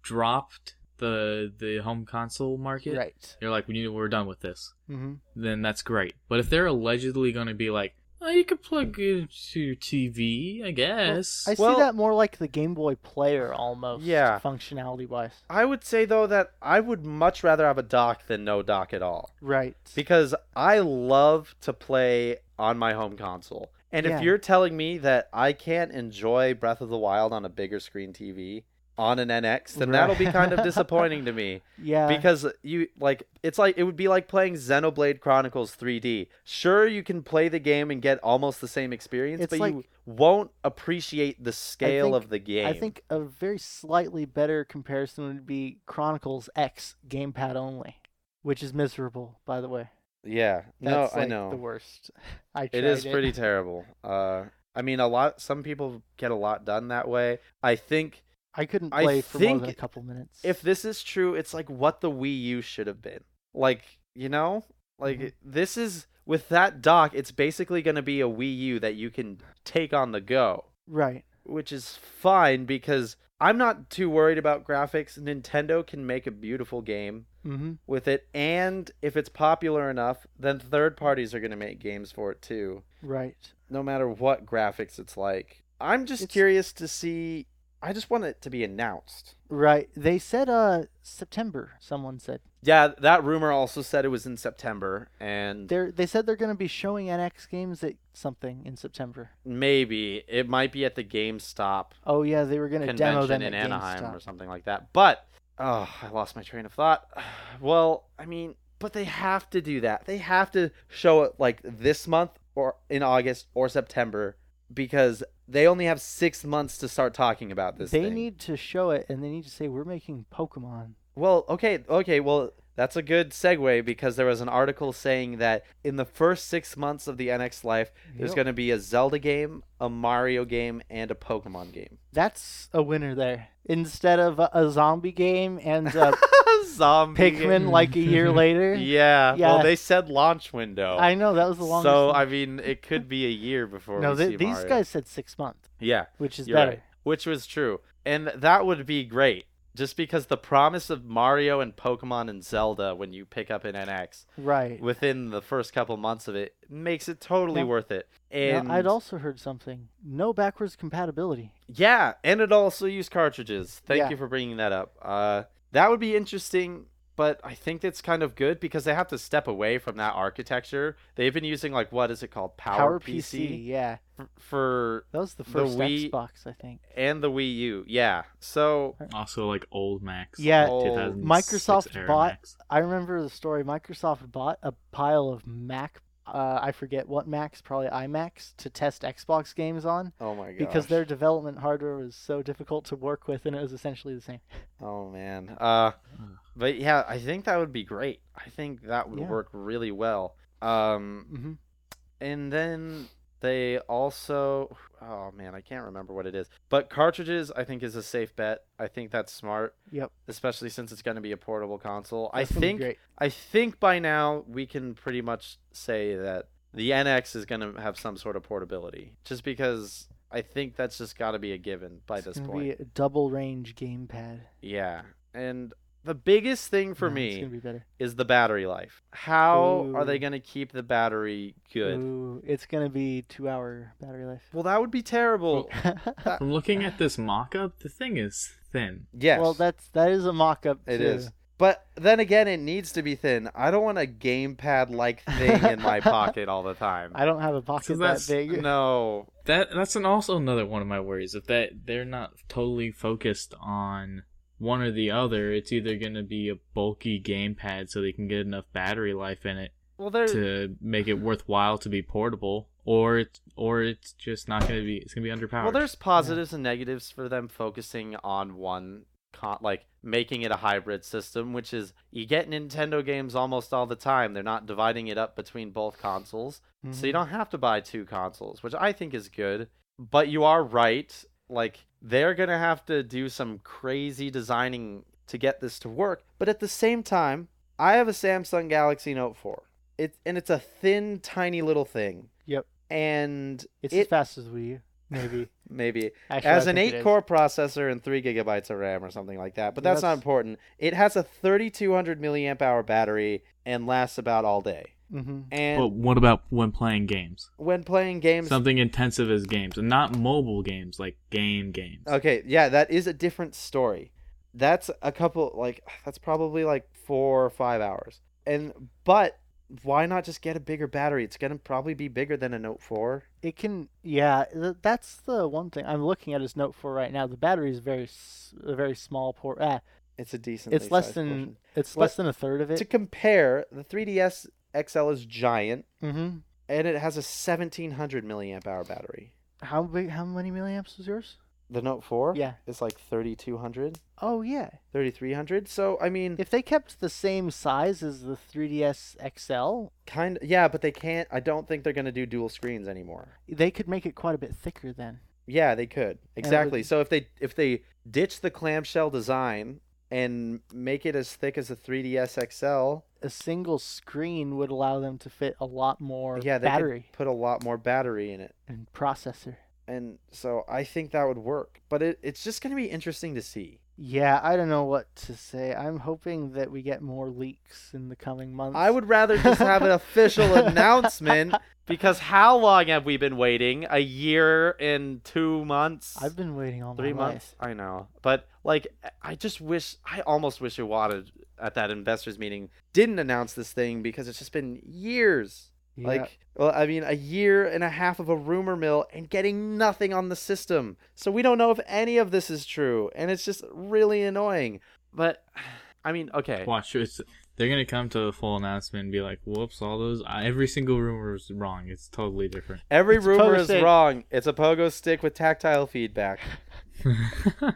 S3: dropped the the home console market,
S2: right.
S3: they're like we need we're done with this.
S2: Mm-hmm.
S3: Then that's great. But if they're allegedly going to be like, oh, you could plug it into your TV, I guess.
S2: I
S1: Well-
S2: see that more like the Game Boy Player almost.
S1: Yeah.
S2: Functionality wise.
S1: I would say though that I would much rather have a dock than no dock at all.
S2: Right.
S1: Because I love to play on my home console. And
S2: Yeah.
S1: if you're telling me that I can't enjoy Breath of the Wild on a bigger screen TV on an NX, then that'll be kind of
S2: Right.
S1: disappointing to me.
S2: yeah.
S1: because you like it's like it would be like playing Xenoblade Chronicles 3D. Sure, you can play the game and get almost the same experience,
S2: It's
S1: but you
S2: like-
S1: won't appreciate the scale
S2: think-
S1: of the game.
S2: I think a very slightly better comparison would be Chronicles X gamepad only, which is miserable, by the way.
S1: yeah, no,
S2: That's
S1: I
S2: like
S1: know
S2: the worst. I tried
S1: it is pretty terrible. Uh, I mean, a lot. Some people get a lot done that way. I think
S2: I couldn't
S1: I
S2: play for more than a
S1: think
S2: couple minutes.
S1: if this is true, it's like what the Wii U should have been. Like, you know, like
S2: Mhm.
S1: this is with that dock, it's basically going to be a Wii U that you can take on the go.
S2: right.
S1: which is fine because I'm not too worried about graphics. Nintendo can make a beautiful game
S2: Mm-hmm.
S1: with it, and if it's popular enough, then third parties are going to make games for it too,
S2: Right.
S1: no matter what graphics it's like. I'm just
S2: It's-
S1: curious to see I just want it to be announced.
S2: Right. They said uh September. Someone said
S1: Yeah, that rumor also said it was in September, and
S2: they they said they're going to be showing NX games at something in September.
S1: maybe it might be at the GameStop
S2: Oh yeah, they were going to demo
S1: convention in
S2: them at
S1: Anaheim
S2: GameStop.
S1: or something like that. But oh, I lost my train of thought. Well, I mean, but they have to do that. They have to show it like this month or in August or September because they only have six months to start talking about this.
S2: They
S1: thing.
S2: need to show it, and they need to say we're making Pokemon.
S1: Well, okay, okay, well. That's a good segue because there was an article saying that in the first six months of the NX life, there's
S2: Yep.
S1: going to be a Zelda game, a Mario game, and a Pokemon game.
S2: That's a winner there. Instead of a, a zombie game and uh,
S1: Zombie game.
S2: Pikmin like a year later.
S1: Yeah. Well,
S2: Yeah.
S1: they said launch window.
S2: I know that was the longest.
S1: so
S2: one.
S1: I mean, it could be a year before.
S2: no,
S1: we
S2: th-
S1: see
S2: these
S1: Mario.
S2: guys said six months,
S1: Yeah,
S2: which is
S1: You're
S2: better.
S1: right. which was true, and that would be great, just because the promise of Mario and Pokemon and Zelda when you pick up an NX
S2: Right.
S1: within the first couple months of it makes it totally
S2: Yeah.
S1: worth it.
S2: Now,
S1: And
S2: I'd also heard something. No backwards compatibility.
S1: Yeah, and it also used cartridges. Thank
S2: Yeah.
S1: you for bringing that up. Uh, that would be interesting, but I think that's kind of good because they have to step away from that architecture. They've been using like what is it called, Power, PC,
S2: Yeah,
S1: f- for
S2: that was the
S1: The
S2: first
S1: Wii-
S2: Xbox, I think.
S1: and the Wii U. Yeah, so
S3: Also, like old Macs.
S2: Yeah,
S3: like,
S1: Old-
S3: 2006
S2: Microsoft
S3: era
S2: bought-
S3: Macs.
S2: I remember the story. Microsoft bought a pile of Mac. Uh, I forget what Macs, probably iMacs, to test Xbox games on
S1: oh my god,
S2: because their development hardware was so difficult to work with, and it was essentially the same.
S1: oh man. Uh, but yeah, I think that would be great. I think that would
S2: Yeah.
S1: work really well. Um,
S2: Mm-hmm.
S1: and then they also oh man i can't remember what it is but cartridges i think is a safe bet i think that's smart
S2: Yep.
S1: especially since it's going to be a portable console
S2: That's
S1: i
S2: gonna be
S1: think
S2: great.
S1: i think by now we can pretty much say that the nx is going to have some sort of portability just because i think that's just got to be a given by
S2: it's
S1: this
S2: gonna
S1: point
S2: be a double range gamepad.
S1: yeah and the biggest thing for
S2: No, it's
S1: me
S2: gonna be better.
S1: is the battery life how are they
S2: Ooh.
S1: going to keep the battery good
S2: Ooh, it's gonna be two hour battery life.
S1: well that would be terrible That-
S3: From looking at this mock-up, the thing is thin.
S1: yes
S2: Well, that's that is a mock up.
S1: It is, But then again, it needs to be thin. I don't want a gamepad like thing in my pocket all the time.
S2: I don't have a pocket that
S3: that's-
S2: big.
S1: No.
S3: That that's an also another one of my worries. If that they're not totally focused on one or the other, it's either gonna be a bulky gamepad so they can get enough battery life in it
S1: Well, there.
S3: to make it worthwhile to be portable, or it's or it's just not gonna be. It's gonna be underpowered.
S1: Well, there's positives and negatives for them focusing on one, con- like making it a hybrid system, which is you get Nintendo games almost all the time. They're not dividing it up between both consoles, so
S2: Mm-hmm.
S1: you don't have to buy two consoles, which I think is good. But you are right. Like they're gonna have to do some crazy designing to get this to work. But at the same time, I have a Samsung Galaxy Note 4. It and it's a thin, tiny little thing.
S2: Yep.
S1: And
S2: It's as
S1: it,
S2: fast as Wii U, maybe.
S1: maybe
S2: Actually,
S1: as
S2: I
S1: an
S2: think it
S1: eight
S2: is.
S1: core processor and three gigabytes of RAM or something like that. But that's, not
S2: That's-
S1: important. It has a 3200 milliamp hour battery and lasts about all day.
S2: Mhm.
S1: And
S3: But what about when playing games?
S1: when playing games,
S3: Something intensive as games, and not mobile games like game games.
S1: Okay, yeah, that is a different story. That's a couple like that's probably like 4 or 5 hours. And but why not just get a bigger battery? It's going to probably be bigger than a Note 4.
S2: It can, yeah. th- That's the one thing I'm looking at his Note 4 right now. The battery is very, s- a very small port. Ah,
S1: It's a decent
S2: it's less than it's
S1: But
S2: less than a third of
S1: To
S2: it.
S1: compare, the 3DS XL is giant
S2: hmm
S1: and it has a 1700 milliamp hour battery.
S2: How big? How many milliamps was yours?
S1: The Note 4
S2: Yeah.
S1: is like 3200,
S2: Oh yeah.
S1: 3300. So, I mean,
S2: If they kept the same size as the 3DS XL,
S1: kind of yeah, but they can't I don't think they're going to do dual screens anymore.
S2: they could make it quite a bit thicker then.
S1: Yeah, they could.
S2: it would-
S1: Exactly. So if they if they ditch the clamshell design and make it as thick as a 3DS XL,
S2: A single screen would allow them to fit a lot more
S1: yeah, they could
S2: battery
S1: put a lot more battery in it.
S2: and processor.
S1: And so I think that would work. But it, it's just going to be interesting to see.
S2: Yeah, I don't know what to say. I'm hoping that we get more leaks in the coming months.
S1: I would rather just have an official announcement.
S4: Because how long have we been waiting? A year and two months?
S2: I've been waiting all
S4: three
S2: my life.
S4: months. I know, but like, I just wish. I almost wish Iwata at that investors meeting
S1: Didn't announce this thing because it's just been years.
S2: Yeah.
S1: Like, well, I mean, a year and a half of a rumor mill and getting nothing on the system. So we don't know if any of this is true, and it's just really annoying.
S4: But I mean, okay.
S3: Watch, it's, they're gonna come to a full announcement and be like, "Whoops, all those, every single rumor is wrong. It's totally different."
S1: Every
S2: It's a
S1: rumor
S2: pogo
S1: is
S2: stick.
S1: wrong. It's a pogo stick with tactile feedback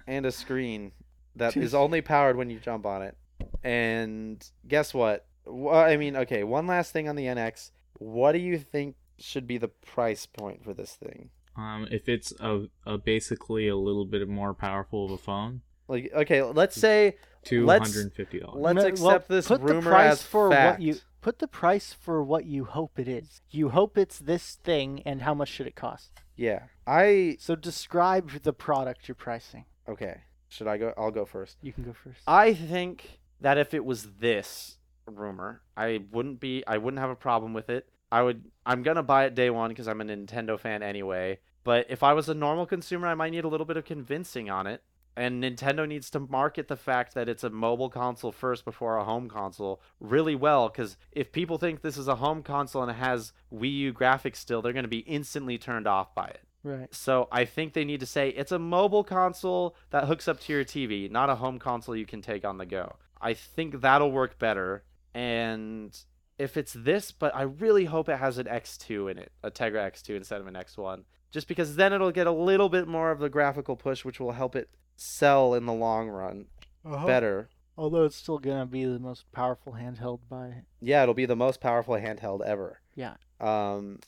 S1: and a screen that is
S2: Jeez.
S1: only powered when you jump on it. And guess what? Wha- I mean, okay, one last thing on the NX. What do you think should be the price point for this thing?
S3: um, if it's a, a basically a little bit more powerful of a phone,
S1: Like, okay, let's say
S3: two hundred and fifty dollars.
S1: let's
S2: Ma- well,
S1: accept this
S2: put the
S1: rumor
S2: price
S1: as
S2: for
S1: fact.
S2: what you put the price for what you hope it is. You hope it's this thing, and how much should it cost?
S1: Yeah, I
S2: So describe the product you're pricing.
S1: okay. Should I go? I'll go first.
S2: You can go first.
S4: I think that if it was this rumor, I wouldn't be. I wouldn't have a problem with it. I would. I'm gonna buy it day one because I'm a Nintendo fan anyway. But if I was a normal consumer, I might need a little bit of convincing on it. And Nintendo needs to market the fact that it's a mobile console first before a home console really well. Because if people think this is a home console and it has Wii U graphics still, they're going to be instantly turned off by it.
S2: Right.
S4: So I think they need to say it's a mobile console that hooks up to your TV, not a home console you can take on the go. I think that'll work better. And if it's this, but I really hope it has an X2 in it, a Tegra X2 instead of an X1,
S1: Just because then it'll get a little bit more of the graphical push, which will help it sell in the long run
S2: Oh.
S1: better.
S2: Although it's still gonna be the most powerful handheld by.
S1: Yeah, it'll be the most powerful handheld ever.
S2: Yeah.
S1: Um,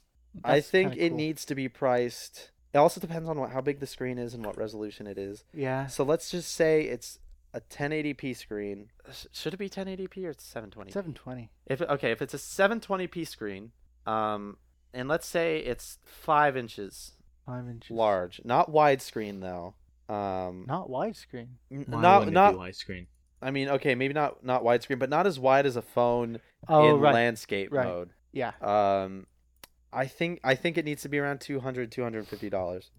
S1: I
S2: That's
S1: think
S2: kinda
S1: it
S2: cool.
S1: needs to be priced. It also depends on what, how big the screen is and what resolution it is.
S2: Yeah.
S1: So let's just say it's a 1080p screen.
S4: Sh- should it be 1080p or it's 720?
S2: 720.
S4: If okay, if it's a 720p screen, um, and let's say it's five inches
S2: Five inches.
S1: large, not widescreen though. Um,
S2: Not widescreen.
S1: n-
S3: Why
S1: not
S3: wouldn't it
S1: not.
S3: be widescreen.
S1: I mean, okay, maybe not not widescreen, but not as wide as a phone
S2: Oh
S1: in
S2: right.
S1: landscape
S2: right.
S1: mode.
S2: Yeah.
S1: Um, I think I think it needs to be around 200 250 dollars,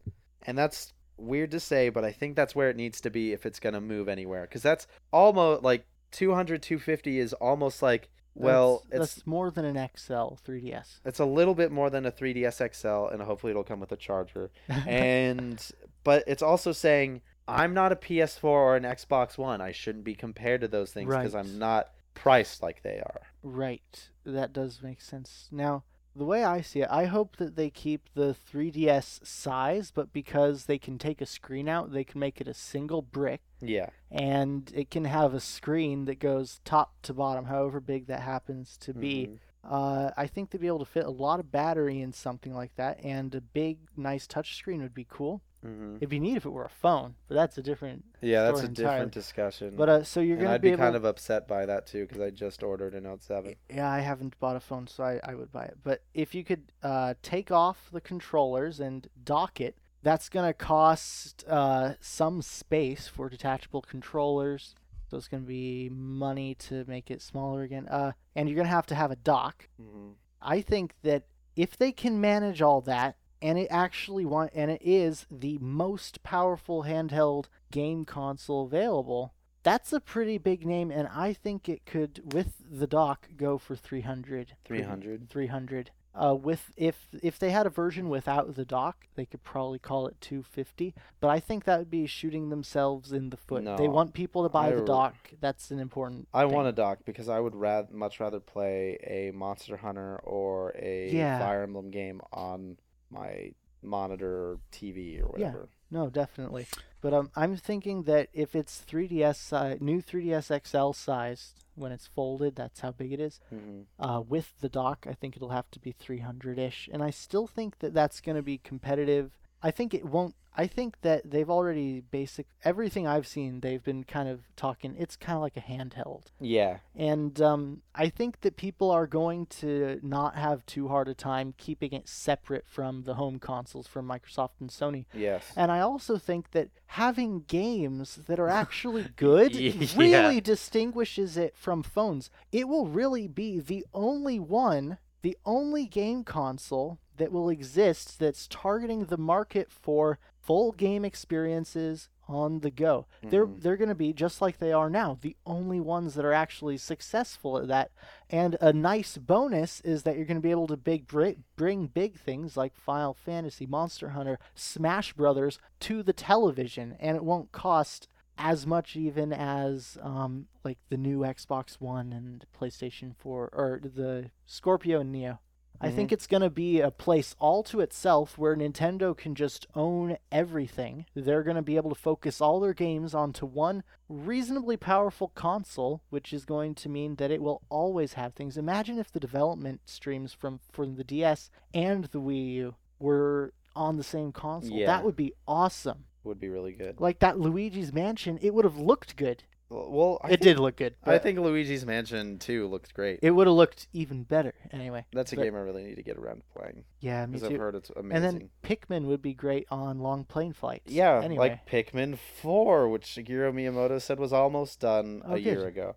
S1: and that's weird to say, but I think that's where it needs to be if it's gonna move anywhere, because that's almost like 200 250 is almost like well,
S2: that's,
S1: it's
S2: that's more than an XL 3DS.
S1: it's a little bit more than a 3ds XL, and hopefully it'll come with a charger. and but it's also saying I'm not a PS4 or an Xbox One. I shouldn't be compared to those things because
S2: Right.
S1: I'm not priced like they are.
S2: Right. That does make sense. Now, the way I see it, I hope that they keep the 3DS size, but because they can take a screen out, they can make it a single brick
S1: Yeah.
S2: and it can have a screen that goes top to bottom, however big that happens to be.
S1: Mhm.
S2: Uh, I think they'd be able to fit a lot of battery in something like that, and a big, nice touch screen would be cool.
S1: Mhm.
S2: It'd be neat if it were a phone, but that's a different.
S1: Yeah, that's a
S2: Store entirely.
S1: different discussion.
S2: But uh, so you're
S1: and
S2: gonna
S1: I'd be,
S2: able.
S1: kind of upset by that too because I just ordered a Note Seven.
S2: Yeah, I haven't bought a phone, so I, I would buy it. But if you could uh, take off the controllers and dock it, that's going to cost uh, some space for detachable controllers. So it's going to be money to make it smaller again. Uh, and you're going to have to have a dock.
S1: Mm-hmm.
S2: I think that if they can manage all that, and it actually want, and it is the most powerful handheld game console available, that's a pretty big name, and I think it could, with the dock, go for 300.
S1: 300.
S2: 300. Uh, with if if they had a version without the dock, they could probably call it 250. But I think that would be shooting themselves in the foot. They
S1: No,
S2: want people to buy
S1: I
S2: the
S1: r-
S2: dock. That's an important.
S1: I
S2: thing.
S1: want a dock because I would rather much rather play a Monster Hunter or a
S2: Yeah.
S1: Fire Emblem game on my monitor or TV or
S2: Yeah.
S1: whatever.
S2: No, definitely. But um, I'm thinking that if it's 3DS si- new 3DS XL sized when it's folded, that's how big it is.
S1: hmm
S2: Uh, with the dock, I think it'll have to be 300 ish, and I still think that that's going to be competitive. I think it won't. I think that they've already basic everything I've seen. They've been kind of talking. It's kind of like a handheld,
S1: Yeah.
S2: and um, I think that people are going to not have too hard a time keeping it separate from the home consoles from Microsoft and Sony.
S1: Yes.
S2: And I also think that having games that are actually good
S4: Yeah.
S2: really distinguishes it from phones. It will really be the only one, the only game console that will exist that's targeting the market for full game experiences on the go. They're
S1: Mhm.
S2: they're going to be just like they are now, the only ones that are actually successful at that. And a nice bonus is that you're going to be able to big bri- bring big things like Final Fantasy, Monster Hunter, Smash Brothers to the television, and it won't cost as much even as um, like the new Xbox One and PlayStation 4 or the Scorpio and Neo. I think it's going to be a place all to itself where Nintendo can just own everything. They're going to be able to focus all their games onto one reasonably powerful console, which is going to mean that it will always have things. Imagine if the development streams from from the DS and the Wii U were on the same console.
S1: Yeah.
S2: That would be awesome.
S1: Would be really good.
S2: Like that Luigi's Mansion, it would have looked good.
S1: Well, I
S2: it
S1: think-
S2: did look good.
S1: I
S2: but
S1: think Luigi's Mansion 2 looked great.
S2: it would have looked even better anyway.
S1: That's a
S2: but-
S1: game I really need to get around to playing
S2: Yeah, me
S1: because
S2: too.
S1: I've heard it's
S2: And
S1: amazing.
S2: then Pikmin would be great on long plane flights.
S1: yeah,
S2: Anyway.
S1: like Pikmin 4, which Shigeru Miyamoto said was almost done a
S2: Oh, good.
S1: year ago.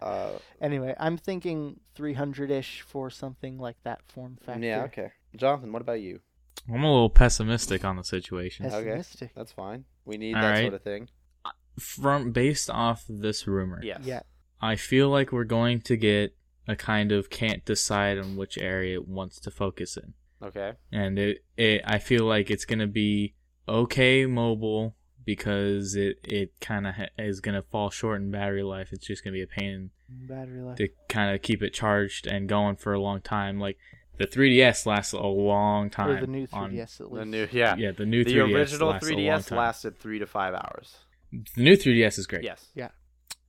S1: Uh,
S2: anyway, I'm thinking 300 ish for something like that form factor.
S1: yeah, okay. Jonathan, what about you?
S3: I'm a little pessimistic on the situation.
S2: Pessimistic.
S1: That's fine. We need
S3: All
S1: that
S3: right.
S1: sort of thing.
S3: From based off this rumor,
S4: Yes.
S2: Yeah.
S3: I feel like we're going to get a kind of can't decide on which area it wants to focus in.
S4: Okay.
S3: and it, it I feel like it's gonna be okay mobile because it it kind of ha- is gonna fall short in battery life. It's just gonna be a pain
S2: Battery life.
S3: to kind of keep it charged and going for a long time. Like the 3ds lasts a long time.
S2: Or the new 3DS
S3: on-
S2: at least.
S4: The new yeah.
S3: yeah, the new 3ds.
S4: the original
S3: lasts a long
S4: 3DS
S3: time.
S4: lasted three to five hours.
S3: The new 3ds is great.
S4: Yes.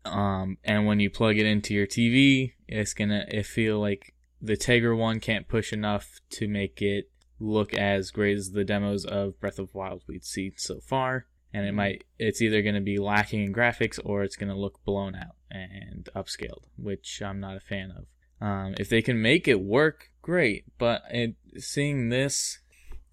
S3: Um, and when you plug it into your TV, it's gonna it feel like the Tegra one can't push enough to make it look as great as the demos of Breath of the Wild we'd seen so far. And it might it's either gonna be lacking in graphics or it's gonna look blown out and upscaled, which I'm not a fan of. Um, if they can make it work, great. But it, seeing this,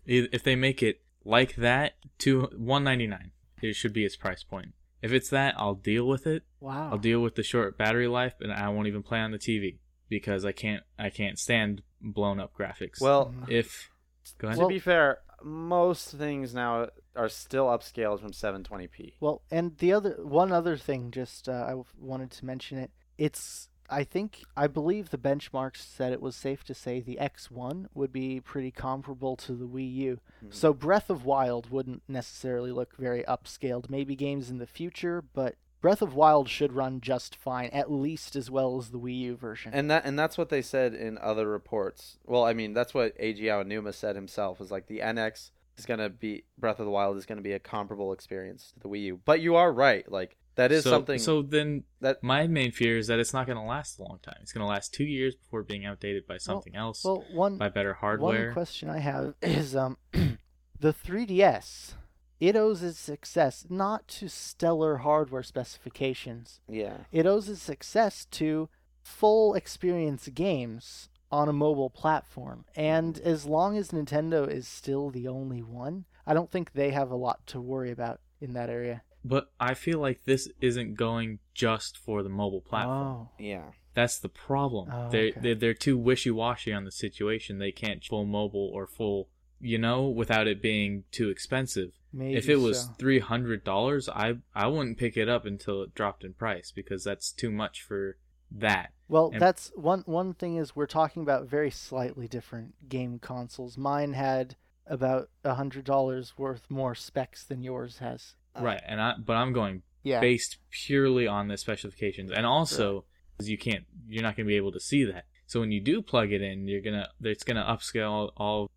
S3: i- if they make it like that, to 199, it should be its price point. If it's that, I'll deal with it.
S2: Wow.
S3: I'll deal with the short battery life, and I won't even play on the TV because I can't. I can't stand blown up graphics.
S4: Well,
S2: Mm-hmm.
S3: if go ahead.
S4: to be fair, most things now are still upscaled from 720p.
S2: Well, and the other one other thing, just uh, I w- wanted to mention it. It's I think I believe the benchmarks said it was safe to say the X1 would be pretty comparable to the Wii U. So Breath of Wild wouldn't necessarily look very upscaled. Maybe games in the future, but Breath of Wild should run just fine, at least as well as the Wii U version.
S1: And that and that's what they said in other reports. Well, I mean, that's what Eiji Aonuma said himself is like the NX is going to be Breath of the Wild is going to be a comparable experience to the Wii U. But you are right. Like that is
S3: so,
S1: something
S3: So then,
S1: that
S3: my main fear is that it's not going to last a long time. It's going to last two years before being outdated by something else,
S2: well, one
S3: by better hardware.
S2: One question I have is um, the 3DS. It owes its success not to stellar hardware specifications.
S1: yeah.
S2: It owes its success to full experience games on a mobile platform. And as long as Nintendo is still the only one, I don't think they have a lot to worry about in that area.
S3: but I feel like this isn't going just for the mobile platform.
S1: Yeah.
S3: That's the problem.
S2: Oh,
S3: they're,
S2: okay.
S3: they're they're too wishy washy on the situation. They can't full mobile or full, you know, without it being too expensive.
S2: maybe
S3: if it was
S2: so.
S3: three hundred dollars, I I wouldn't pick it up until it dropped in price because that's too much for that.
S2: Well,
S3: And-
S2: that's one one thing is we're talking about very slightly different game consoles. Mine had about a hundred dollars worth more specs than yours has.
S1: Uh,
S3: right, and I but I'm going
S2: Uh, Yeah.
S3: based purely on the specifications, and also because you can't, you're not going to be able to see that. So when you do plug it in, you're gonna it's gonna upscale all.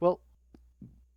S2: well,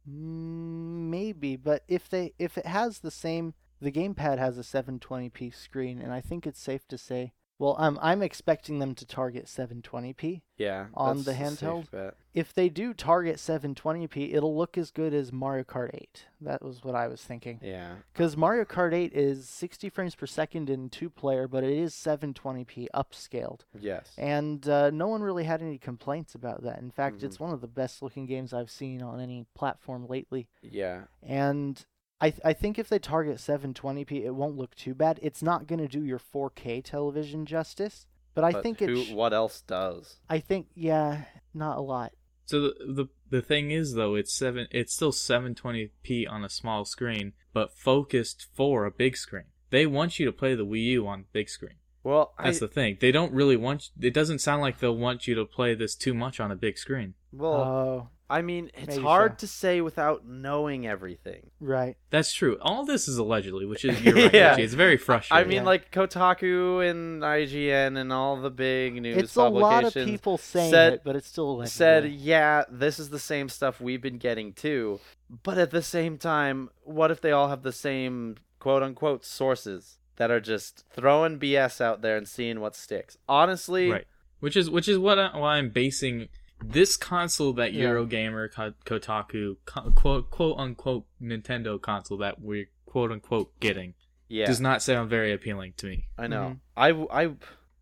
S2: mm, maybe, but if they if it has the same, the gamepad has a 720p screen, and I think it's safe to say Well, um, I'm expecting them to target 720p.
S4: Yeah.
S2: On
S1: that's
S2: the
S1: a safe
S2: handheld?
S1: bet.
S2: If they do target 720p, it'll look as good as Mario Kart 8. That was what I was thinking.
S1: Yeah.
S2: Because Mario Kart 8 is 60 frames per second in two player, but it is 720p upscaled.
S1: Yes.
S2: And uh, no one really had any complaints about that. In fact,
S1: Mm-hmm.
S2: it's one of the best looking games I've seen on any platform lately.
S1: yeah.
S2: And I, th- I think if they target 720p, it won't look too bad. It's not going to do your 4K television justice, but I
S1: But
S2: think
S1: who,
S2: it. sh-
S1: what else does?
S2: I think yeah, not a lot.
S3: So the, the the thing is though, it's seven. It's still 720p on a small screen, but focused for a big screen. They want you to play the Wii U on big screen.
S1: Well, I,
S3: That's the thing. They don't really want. It doesn't sound like they'll want you to play this too much on a big screen.
S1: well,
S2: oh,
S1: I mean, it's
S2: maybe
S1: hard
S2: so.
S1: to say without knowing everything.
S2: right.
S3: That's true. All this is allegedly, which is you're right.
S1: Yeah.
S3: Richie. It's very
S1: I
S3: frustrating.
S1: mean,
S2: Yeah.
S1: like Kotaku and IGN and all the big news
S2: It's a lot
S1: publications
S2: of people saying
S1: said-
S2: it, but it's still legendary.
S1: said, "Yeah, this is the same stuff we've been getting too." But at the same time, what if they all have the same quote unquote sources that are just throwing BS out there and seeing what sticks? Honestly,
S3: right. Which is which is what I, why I'm basing this console that
S2: Yeah.
S3: Eurogamer, Ko- Kotaku, co- quote quote unquote Nintendo console that we're quote unquote getting
S1: yeah,
S3: does not sound very appealing to me.
S1: I know. I w I I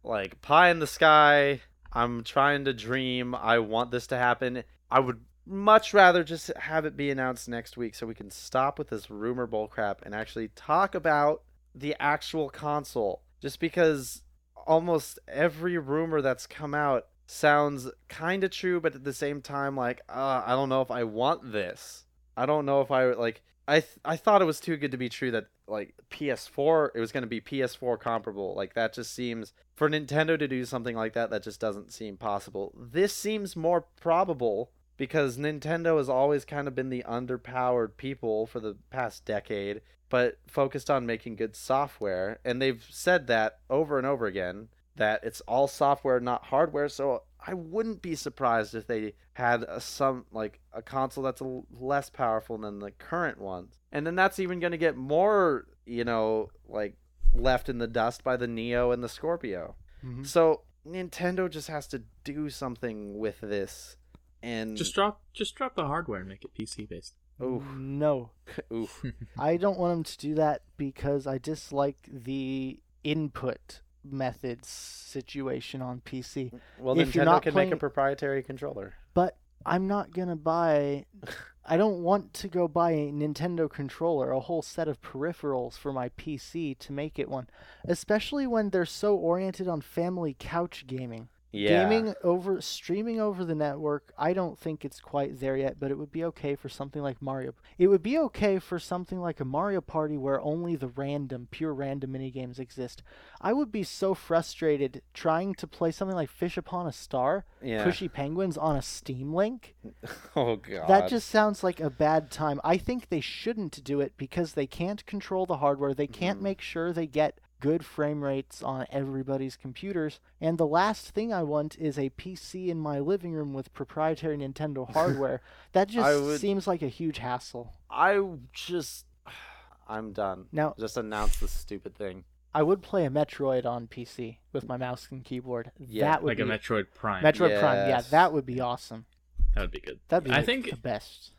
S1: like pie in the sky. I'm trying to dream. I want this to happen. I would much rather just have it be announced next week so we can stop with this rumor bull crap and actually talk about the actual console. Just because almost every rumor that's come out sounds kind of true, but at the same time, like, uh, I don't know if I want this. I don't know if I like. I th- I thought it was too good to be true that like PS4 it was going to be PS4 comparable. Like that just seems for Nintendo to do something like that that just doesn't seem possible. This seems more probable because Nintendo has always kind of been the underpowered people for the past decade, but focused on making good software, and they've said that over and over again that it's all software, not hardware. So I wouldn't be surprised if they had a, some like a console that's a l- less powerful than the current ones, and then that's even going to get more, you know, like left in the dust by the Neo and the Scorpio.
S2: Mhm.
S1: So Nintendo just has to do something with this, and
S3: Just drop just drop the hardware and make it PC based.
S1: ooh,
S2: No,
S1: ooh,
S2: I don't want them to do that because I dislike the input methods situation on PC.
S1: well,
S2: If
S1: Nintendo
S2: you're not
S1: can make
S2: playing-
S1: a proprietary controller.
S2: But I'm not gonna buy. I don't want to go buy a Nintendo controller, a whole set of peripherals for my PC to make it one, especially when they're so oriented on family couch gaming.
S1: Yeah,
S2: Gaming over streaming over the network, I don't think it's quite there yet, but it would be okay for something like Mario. It would be okay for something like a Mario Party where only the random, pure random minigames exist. I would be so frustrated trying to play something like Fish Upon a Star,
S1: yeah.
S2: Cushy Penguins on a Steam Link.
S1: Oh god,
S2: That just sounds like a bad time. I think they shouldn't do it because they can't control the hardware. They can't
S1: Mhm.
S2: make sure they get good frame rates on everybody's computers. And the last thing I want is a PC in my living room with proprietary Nintendo hardware. that
S1: I
S2: just
S1: would-
S2: seems like a huge hassle.
S1: I just, I'm done.
S2: Now,
S1: Just announce this stupid thing.
S2: I would play a Metroid on PC with my mouse and keyboard.
S1: Yeah,
S2: that would
S3: Like a
S2: be
S3: Metroid Prime.
S2: Metroid Prime. Yeah,
S1: Yes.
S2: that would be awesome.
S3: that would be good.
S2: That'd be
S3: I
S2: like,
S3: think
S2: the best.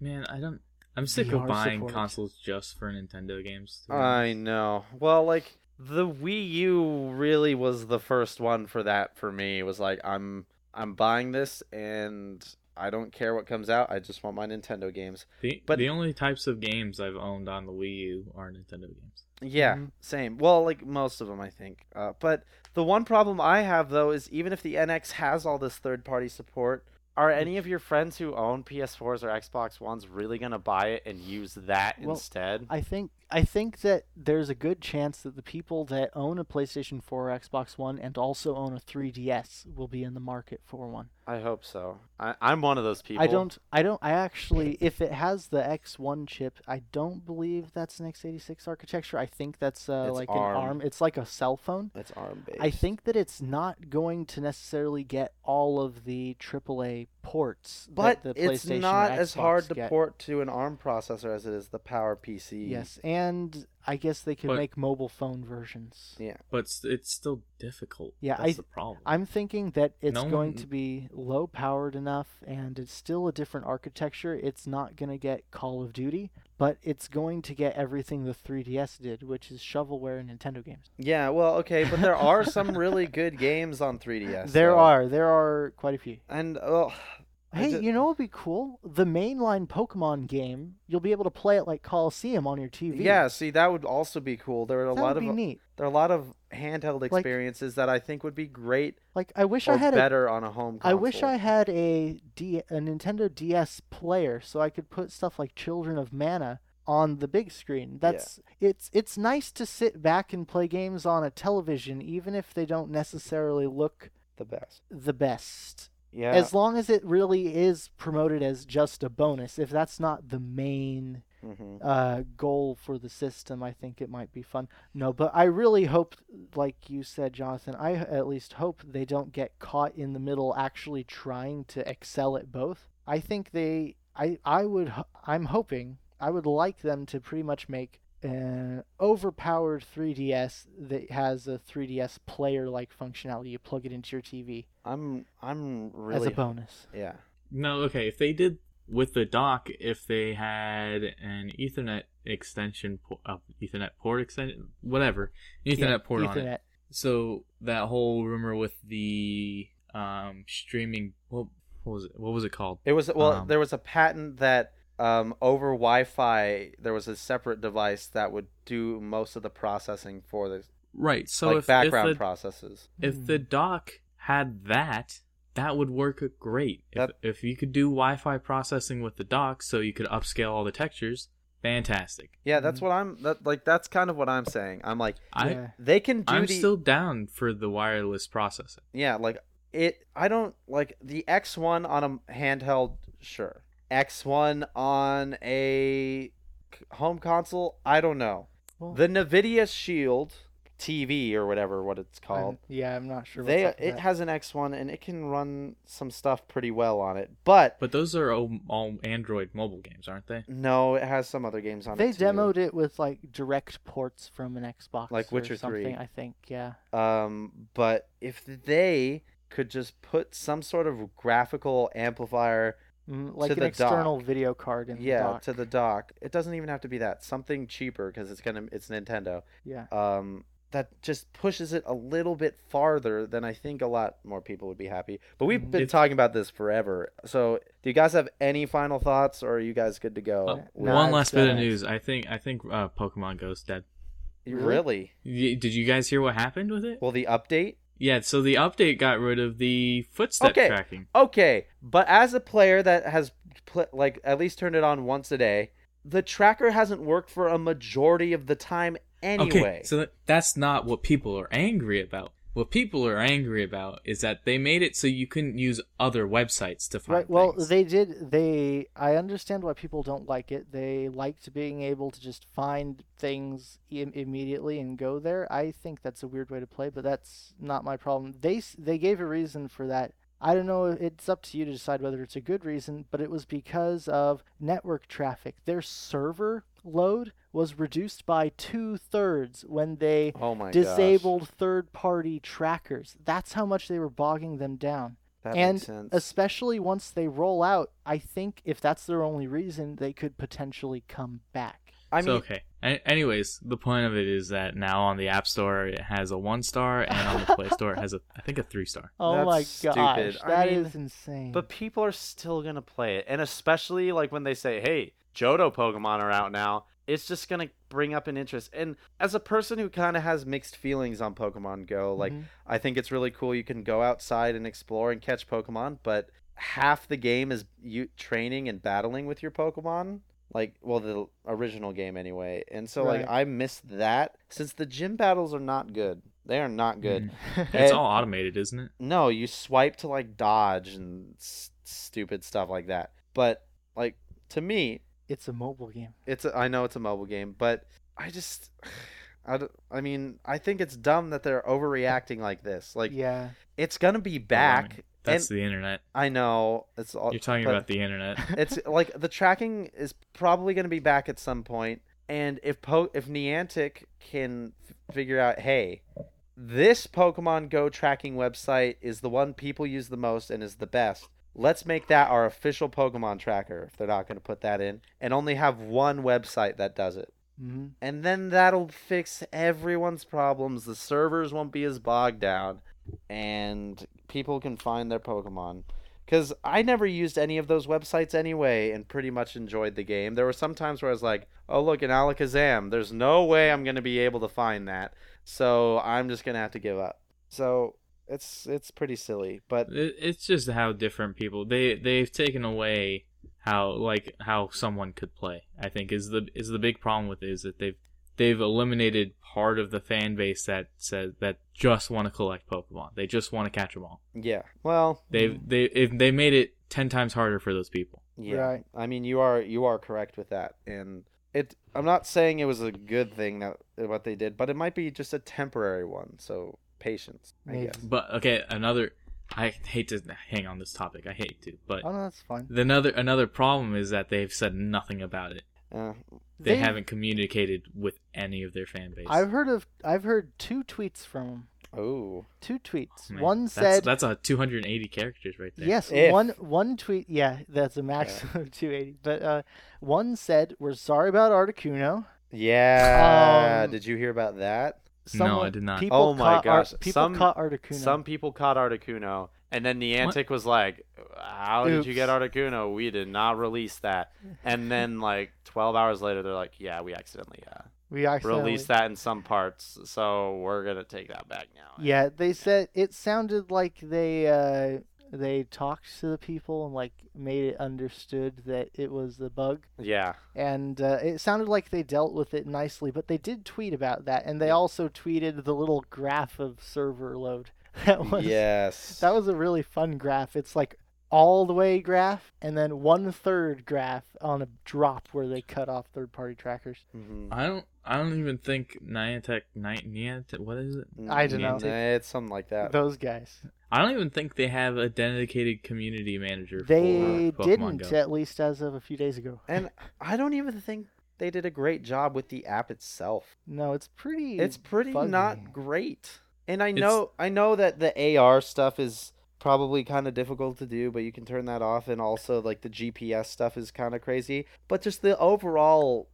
S3: man, I don't I'm sick
S2: VR
S3: of buying
S2: support.
S3: consoles just for Nintendo games.
S2: Uh,
S3: to be
S1: I
S3: honest.
S1: know. Well, like the Wii U really was the first one for that for me. It was like I'm I'm buying this and I don't care what comes out. I just want my Nintendo games.
S3: the,
S1: but-
S3: the only types of games I've owned on the Wii U are Nintendo games.
S1: Yeah,
S2: Mhm.
S1: same. Well, like most of them, I think. Uh, but the one problem I have though is even if the NX has all this third-party support, are any of your friends who own PS4s or Xbox Ones really gonna buy it and use that
S2: Well,
S1: instead?
S2: I think I think that there's a good chance that the people that own a PlayStation 4 or Xbox One and also own a 3DS will be in the market for one.
S1: I hope so. I, I'm one of those people.
S2: I don't I don't I actually if it has the X1 chip, I don't believe that's an x86 architecture. I think that's uh,
S1: It's
S2: like
S1: ARM.
S2: an ARM. It's like a cell phone.
S1: It's ARM based.
S2: I think that it's not going to necessarily get all of the AAA ports
S1: But
S2: that the
S1: it's
S2: PlayStation or
S1: not as hard
S2: Xbox
S1: to
S2: get.
S1: port to an ARM processor as it is the Power PC.
S2: Yes, and I guess they could
S3: But-
S2: make mobile phone versions.
S1: Yeah.
S3: but it's, it's still difficult.
S2: Yeah,
S3: that's
S2: I-
S3: the problem.
S2: I'm thinking that it's
S3: No
S2: going
S3: one-
S2: to be low powered enough and it's still a different architecture. It's not going to get Call of Duty, but it's going to get everything the 3DS did, which is shovelware and Nintendo games.
S1: Yeah. Well, okay, but there are some really good games on 3DS.
S2: there
S1: though.
S2: are. There are quite a few.
S1: And well, I
S2: Hey,
S1: ju-
S2: you know what would be cool? The mainline Pokemon game, you'll be able to play it like Coliseum on your TV.
S1: yeah. See, that would also be cool. There are a
S2: That
S1: lot
S2: would be
S1: of
S2: neat.
S1: there are a lot of handheld
S2: Like-
S1: experiences that I think would be great
S2: Like, I wish
S1: or
S2: I had a
S1: better on a home
S2: I
S1: console.
S2: wish I had a D, a Nintendo DS player so I could put stuff like Children of Mana on the big screen. That's it's it's nice to sit back and play games on a television even if they don't necessarily look
S1: the best.
S2: the best.
S1: Yeah.
S2: As long as it really is promoted as just a bonus. If that's not the main
S1: hmm
S2: uh, goal for the system, I think it might be fun. No, but I really hope, like you said, Jonathan, I h- at least hope they don't get caught in the middle actually trying to excel at both. I think they, I, I would, h- I'm hoping, I would like them to pretty much make an overpowered 3DS that has a 3DS player like functionality. You plug it into your TV
S1: I'm I'm really
S2: as a bonus.
S1: yeah.
S3: No, okay. If they did with the dock, if they had an Ethernet extension, po- uh, Ethernet port extension, whatever, Ethernet
S2: Yeah,
S3: port on it.
S2: Ethernet.
S3: So that whole rumor with the um streaming, what, what was it? What was it called?
S1: It was well,
S3: Um,
S1: there was a patent that um, over Wi-Fi there was a separate device that would do most of the processing for the
S3: Right. So
S1: like
S3: if,
S1: background
S3: if the
S1: processes.
S3: if the dock had that, that would work great. If
S1: That-
S3: if you could do Wi-Fi processing with the dock, so you could upscale all the textures, fantastic.
S1: Yeah, that's what I'm that like that's kind of what I'm saying. I'm like
S3: I
S2: Mm, Yeah.
S1: they can do
S3: I'm
S1: the
S3: still down for the wireless processing.
S1: yeah, like it I don't like the X1 on a handheld sure. X1 on a c- home console, I don't know.
S2: Well,
S1: The Nvidia Shield TV or whatever what it's
S2: I'm-
S1: called.
S2: yeah, I'm not sure. what's
S1: they
S2: up with
S1: it
S2: that.
S1: has an X1 and it can run some stuff pretty well on it. But
S3: But those are all, all Android mobile games, aren't they?
S1: no, it has some other games on
S2: they
S1: it. too.
S2: demoed it with like direct ports from an Xbox,
S1: Like Witcher
S2: or
S1: 3.
S2: something. I think, yeah.
S1: Um, but if they could just put some sort of graphical amplifier,
S2: Mm, like
S1: To
S2: an
S1: the
S2: external
S1: dock.
S2: video card in
S1: yeah,
S2: the dock.
S1: to the dock. It doesn't even have to be that. Something cheaper because it's gonna it's Nintendo.
S2: yeah.
S1: Um, that just pushes it a little bit farther than I think a lot more people would be happy. But we've
S2: Mhm.
S1: been
S3: If-
S1: talking about this forever. So, do you guys have any final thoughts, or are you guys good to go?
S3: Oh,
S2: no,
S1: with-
S3: One
S2: it's,
S3: last bit
S2: uh,
S3: of news. I think I think uh, Pokemon Go's dead.
S1: really?
S3: Y- did you guys hear what happened with it?
S1: Well, the update.
S3: yeah. So the update got rid of the footstep
S1: Okay.
S3: tracking.
S1: Okay, but as a player that has pl- like at least turned it on once a day, the tracker hasn't worked for a majority of the time anyway.
S3: Okay. So that, that's not what people are angry about. What people are angry about is that they made it so you couldn't use other websites to find
S2: Right. Well,
S3: things.
S2: they did. They. I understand why people don't like it. They liked being able to just find things Im- immediately and go there. I think that's a weird way to play, but that's not my problem. They s- they gave a reason for that. I don't know. It's up to you to decide whether it's a good reason, but it was because of network traffic. Their server load was reduced by two thirds when they
S1: oh my gosh.
S2: disabled third party trackers. That's how much they were bogging them down.
S1: That
S2: and
S1: makes sense.
S2: Especially once they roll out, I think if that's their only reason, they could potentially come back.
S1: I mean,
S3: so, okay. A- anyways, the point of it is that now on the App Store it has a one star, and on the Play Store it has a I think a three star.
S2: Oh
S1: That's
S2: my
S1: stupid.
S2: gosh, that is
S1: I mean,
S2: insane.
S4: But people are still gonna play it, and especially like when they say, "Hey, Johto Pokemon are out now." It's just gonna bring up an interest. And
S1: as a person who kind of has mixed feelings on Pokemon Go, like
S2: Mhm.
S1: I think it's really cool you can go outside and explore and catch Pokemon, but half the game is you training and battling with your Pokemon. Like, well, the original game anyway. And so, like,
S2: Right.
S1: I missed that since the gym battles are not good. They are not good.
S3: It's
S1: And-
S3: all automated, isn't it?
S1: No, you swipe to like dodge and s- stupid stuff like that. But like to me,
S2: it's a mobile game.
S1: it's a, I know it's a mobile game, but I just I, don't- I mean, I think it's dumb that they're overreacting like this. Like
S2: yeah,
S1: it's going to be back.
S3: Alarming. That's the internet.
S1: I know it's all
S3: You're talking
S1: but-
S3: about the internet.
S1: it's like the tracking is probably going to be back at some point and if po- if Niantic can f- figure out hey this Pokemon Go tracking website is the one people use the most and is the best let's make that our official Pokemon tracker if they're not going to put that in and only have one website that does it
S2: Mm-hmm.
S1: and then that'll fix everyone's problems the servers won't be as bogged down and people can find their pokemon because i never used any of those websites anyway and pretty much enjoyed the game there were some times where i was like oh look an alakazam there's no way i'm going to be able to find that so i'm just going to have to give up so it's it's pretty silly but
S3: It, it's just how different people they they've taken away how like how someone could play. I think is the is the big problem with it is that they've they've eliminated part of the fan base that says that just want to collect Pokemon. They just want to catch them all.
S1: yeah well
S3: They've
S2: Mm.
S3: they if they made it ten times harder for those people.
S1: Yeah.
S2: Right.
S1: I mean, you are you are correct with that, and it. I'm not saying it was a good thing that what they did, but it might be just a temporary one. So patience, I
S2: Maybe.
S1: guess.
S3: But okay, another I hate to hang on this topic. I hate to, but
S2: Oh no, that's fine.
S3: the another another problem is that they've said nothing about it.
S1: Uh,
S3: They,
S2: They've-
S3: haven't communicated with any of their fan base.
S2: I've heard of. I've heard two tweets from him.
S1: oh,
S2: Two tweets.
S3: Man,
S2: one
S3: that's,
S2: said
S3: that's a 280 characters right there.
S2: Yes,
S1: If.
S2: one one tweet. Yeah, that's a max of 280. But uh, one said, "We're sorry about Articuno."
S1: yeah.
S2: Um,
S1: did you hear about that?
S3: No, I did not.
S2: People
S4: Oh my
S2: caught Ar-
S4: gosh,
S2: people
S4: some-
S2: caught Articuno.
S4: Some people caught Articuno, and then Niantic was like, "How did you
S2: Oops.
S4: get Articuno? We did not release that." And then like 12 hours later, they're like, "Yeah, we accidentally uh,
S2: we accidentally
S4: released that in some parts, so we're gonna take that back now."
S2: Yeah, they said it sounded like they uh, they talked to the people and like made it understood that it was the bug,
S4: yeah.
S2: and uh, it sounded like they dealt with it nicely. But they did tweet about that, and they also tweeted the little graph of server load. That was
S1: yes.
S2: That was a really fun graph. It's like all the way graph and then one third graph on a drop where they cut off third party trackers.
S1: Mhm.
S3: I don't. I don't even think Niantic, Ni- Niantic. What is it?
S2: I dunno.
S1: Mm, It's something like that.
S2: Those guys.
S3: I don't even think they have a dedicated community manager.
S2: They
S3: for Pokemon
S2: didn't, uh,
S3: Go.
S2: at least as of a few days ago.
S1: and I don't even think they did a great job with the app itself.
S2: No, it's pretty.
S1: It's pretty
S2: buggy.
S1: not great. And I
S3: It's-
S1: know I know that the AR stuff is probably kind of difficult to do, but you can turn that off and also like the GPS stuff is kind of crazy, but just the overall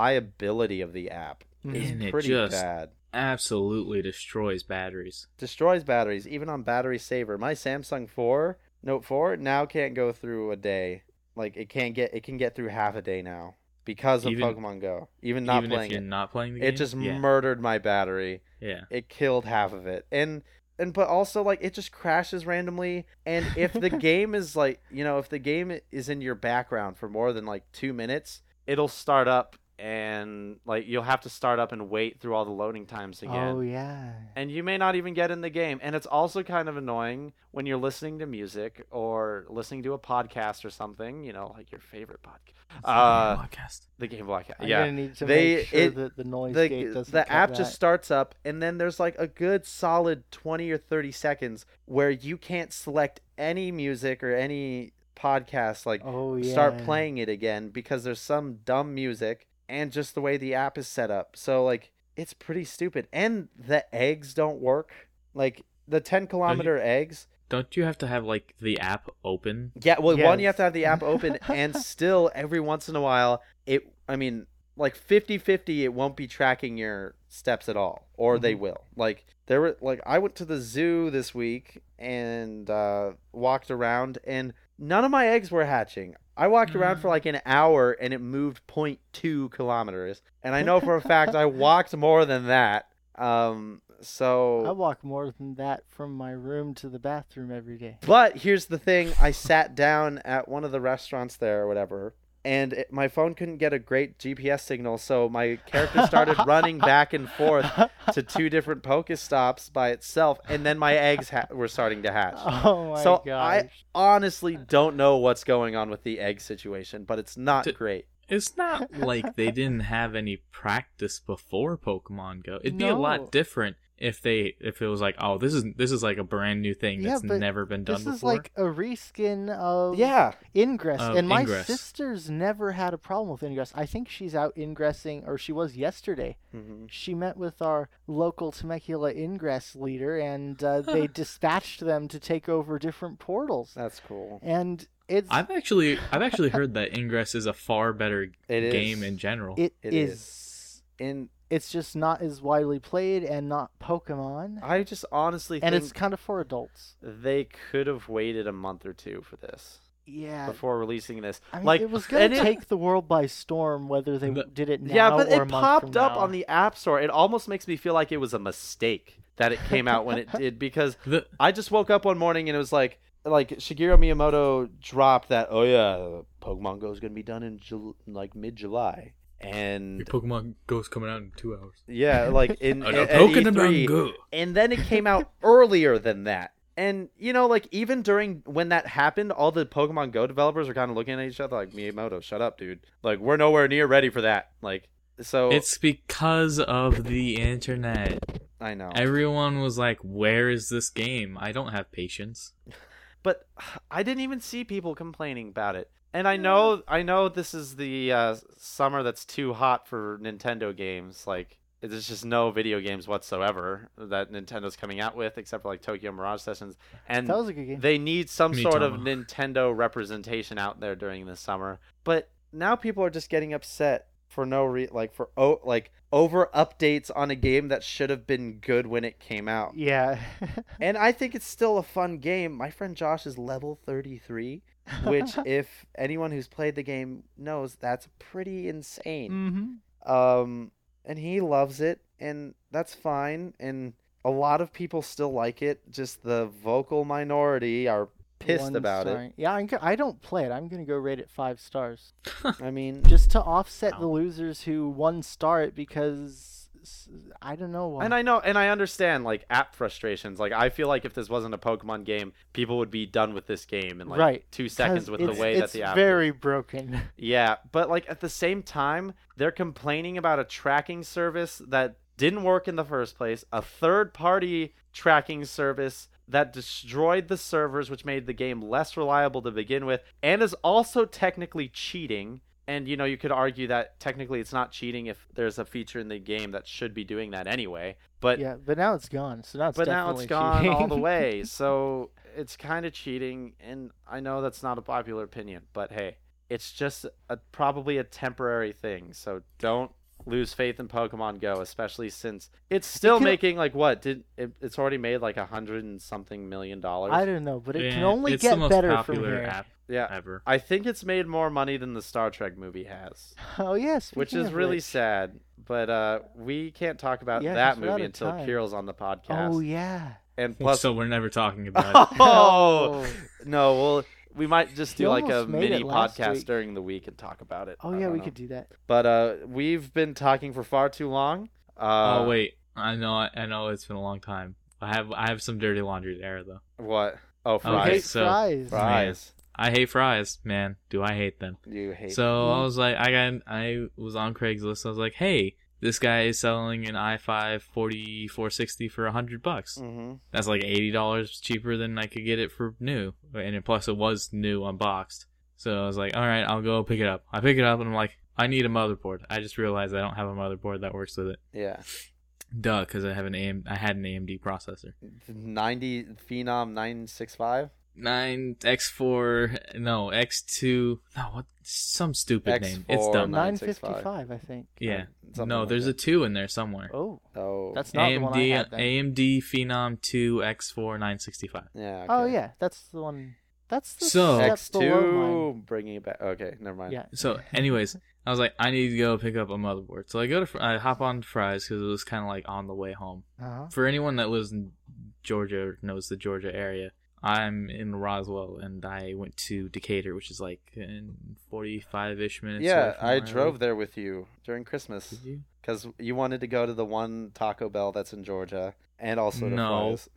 S1: reliability of the app is
S3: Isn't it
S1: pretty
S3: just-
S1: bad.
S3: Absolutely destroys batteries.
S1: Destroys batteries even on battery saver. My Samsung 4 Note 4 now can't go through a day. Like it can't get it can get through half a day now because of
S3: Even-
S1: Pokemon Go. Even not
S3: even
S1: playing
S3: if you're
S1: it.
S3: not playing the game.
S1: It just
S3: yeah.
S1: murdered my battery
S3: yeah.
S1: it killed half of it and and but also like it just crashes randomly and if the game is like you know if the game is in your background for more than like two minutes
S4: It'll start up, and like you'll have to start up and wait through all the loading times again.
S2: Oh, yeah.
S4: and you may not even get in the game. And it's also kind of annoying when you're listening to music or listening to a podcast or something, you know, like your favorite podcast, Uh,
S3: podcast.
S4: the Game Black.
S2: I'm
S4: Yeah.
S2: gonna need to
S1: They-
S2: make sure
S1: it-
S2: that the noise gate
S1: the,
S2: doesn't
S1: the
S2: cut
S1: app
S2: that.
S1: just starts up and then there's like a good solid 20 or 30 seconds where you can't select any music or any podcast like
S2: oh, yeah.
S1: start playing it again because there's some dumb music and just the way the app is set up. So like it's pretty stupid. And the eggs don't work. Like the 10 kilometer eggs.
S3: Don't you have to have like the app open?
S1: Yeah, well one you have
S2: Yes.
S1: to have the app open and still every once in a while it I mean like 50-50 it won't be tracking your steps at all or they will. Like there were like I went to the zoo this week and uh walked around and none of my eggs were hatching. I walked around for like an hour and it moved 0.2 kilometers. And I know for a fact I walked more than that. Um,
S2: I
S1: so,
S2: walk more than that from my room to the bathroom every day.
S1: but here's the thing I sat down at one of the restaurants there or whatever. And it, my phone couldn't get a great GPS signal, so my character started running back and forth to two different Pokestops by itself, and then my eggs ha- were starting to hatch.
S2: Oh, my
S1: So
S2: gosh.
S1: I honestly don't know what's going on with the egg situation, but it's not
S3: D-
S1: great.
S3: It's not like they didn't have any practice before Pokemon Go. It'd be a
S2: No.
S3: lot different if they if it was like, oh, this is this is like a brand new thing
S2: Yeah,
S3: that's
S2: but
S3: never been done
S2: This
S3: before.
S2: is like a reskin of
S1: Yeah.
S2: Ingress.
S3: Of
S2: and my
S3: Ingress.
S2: sister's never had a problem with Ingress. I think she's out ingressing, or she was yesterday.
S1: Mm-hmm.
S2: She met with our local Temecula Ingress leader, and uh, they dispatched them to take over different portals.
S1: That's cool.
S2: And it's
S3: I've actually I've actually heard that Ingress is a far better
S1: It is.
S3: game in general.
S2: it
S1: it
S2: is.
S1: is. And
S2: It's just not as widely played and not Pokemon,
S1: I just honestly
S2: and
S1: think
S2: it's kind of for adults.
S1: they could have waited a month or two for this
S2: Yeah,
S1: before releasing this.
S2: I mean,
S1: like,
S2: it was going
S1: and
S2: to
S1: it-
S2: take the world by storm whether they
S3: The-
S2: did it now
S1: yeah, but
S2: or a
S1: it
S2: month
S1: popped
S2: from
S1: up
S2: now.
S1: on the App Store. It almost makes me feel like it was a mistake that it came out when it did because
S3: The
S1: I just woke up one morning and it was like like Shigeru Miyamoto dropped that oh yeah Pokemon Go is gonna be done in Jul- like mid July and
S3: Pokemon Go's coming out in two hours.
S1: yeah like in
S3: Oh,
S1: at
S2: E
S3: no,
S1: E3,
S3: Pokemon Go.
S1: and then it came out earlier than that. And you know, like even during when that happened, all the Pokemon Go developers were kind of looking at each other like, "Miyamoto, shut up, dude! Like we're nowhere near ready for that." Like,
S2: Oh.
S1: so
S3: It's because of the internet.
S1: I know,
S3: Everyone was like, "Where is this game? I don't have patience."
S1: but I didn't even see people complaining about it. And I know, I know this is the uh, summer that's too hot for Nintendo games. Like, there's just no video games whatsoever that Nintendo's coming out with, except for like Tokyo Mirage Sessions. And
S2: That was a good game.
S1: They need some
S3: Me
S1: sort
S3: too.
S1: of Nintendo representation out there during the summer. But now people are just getting upset for no re like for oh like over updates on a game that should have been good when it came out.
S2: Yeah.
S1: And I think it's still a fun game. My friend Josh is level 33, which if anyone who's played the game knows that's pretty insane
S2: hmm
S1: um and he loves it and that's fine and a lot of people still like it just the vocal minority are pissed about
S2: Yeah, I'm, go- I don't play it. I'm gonna go rate it five stars
S1: it i mean
S2: just to offset the
S3: Wow.
S2: losers who one star it because s- I don't know why.
S1: and i know and i understand like app frustrations like i feel like if this wasn't a pokemon game people would be done with this game in like
S2: Right,
S1: two seconds
S2: 'Cause
S1: with the
S2: it's-
S1: way that
S2: it's
S1: the app
S2: very broken.
S1: Yeah, but like at the same time, they're complaining about a tracking service that didn't work in the first place, a third party tracking service that destroyed the servers, which made the game less reliable to begin with, and is also technically cheating. And you know, you could argue that technically it's not cheating if there's a feature in the game that should be doing that anyway. But
S2: yeah, but now it's gone. So now it's
S1: but now it's
S2: definitely
S1: gone all the
S2: cheating.
S1: way. So it's kind of cheating, and I know that's not a popular opinion, but hey, it's just a, probably a temporary thing. So don't lose faith in Pokemon Go, especially since it's still
S2: can-
S1: making like what did it, it's already made like a hundred and something million dollars.
S2: I don't know, but it can
S3: Yeah,
S2: only
S3: it's
S2: get
S3: the most
S2: better
S3: popular
S2: from here.
S3: app
S1: yeah,
S3: ever.
S1: I think it's made more money than the Star Trek movie has.
S2: Oh yes,
S1: Which is really sad, but uh, we can't talk about
S2: Yeah, 'cause
S1: that
S2: we're out
S1: movie
S2: of
S1: until
S2: time.
S1: Kirill's on the podcast.
S2: Oh yeah.
S1: And plus,
S3: so we're never talking
S2: Uh.
S3: about it.
S1: oh, No, well, we might just
S2: He
S1: do like a
S2: almost made
S1: mini
S2: it last
S1: podcast
S2: week.
S1: during the week and talk about it.
S2: Oh
S1: I
S2: yeah,
S1: don't
S2: we
S1: know.
S2: could do that.
S1: But uh, we've been talking for far too long. Uh,
S3: oh wait, I know, I know, it's been a long time. I have, I have some dirty laundry to air though.
S1: What? Oh,
S3: Okay,
S2: You
S1: fries.
S2: hate
S3: so-
S2: fries.
S1: Fries.
S3: I hate fries, man. Do I hate them?
S1: You hate.
S3: So
S2: them.
S3: I was like, I got, I was on Craigslist. I was like, hey, this guy is selling an i5 4460 for a hundred bucks.
S1: hmm
S3: That's like eighty dollars cheaper than I could get it for new, and it, plus it was new unboxed. So I was like, all right, I'll go pick it up. I pick it up and I'm like, I need a motherboard. I just realized I don't have a motherboard that works with it.
S1: Yeah.
S3: Duh, because I have an AM, I had an AMD processor.
S1: Ninety Phenom nine six five
S3: Nine X four, no X two, no what, some stupid
S1: X4,
S3: name. It's dumb.
S2: Nine
S1: 965.
S2: fifty five, I think.
S3: Yeah,
S1: something
S3: no,
S1: like
S3: there's
S1: that.
S3: a two in there somewhere.
S2: Oh,
S1: Oh.
S2: that's not the one I
S3: AMD
S2: had. Then.
S3: AMD Phenom two X four nine sixty five.
S1: Yeah.
S2: Oh
S1: okay.
S2: yeah, that's the one. That's the
S3: So-
S2: step
S1: X
S2: below
S1: two bringing it back. Okay, never mind.
S2: mine. Yeah.
S3: So, anyways, I was like, I need to go pick up a motherboard. So I go to, Fr- I hop on to Fry's because it was kind of like on the way home.
S2: Uh-huh.
S3: For anyone that lives in Georgia or knows the Georgia area, I'm in Roswell and I went to Decatur, which is like in 45 ish minutes.
S1: Yeah,
S3: away
S1: I
S3: from where live.
S1: drove there with you during Christmas
S3: Did you?
S1: because you wanted to go to the one Taco Bell that's in Georgia and also to
S3: No.
S1: Fry's.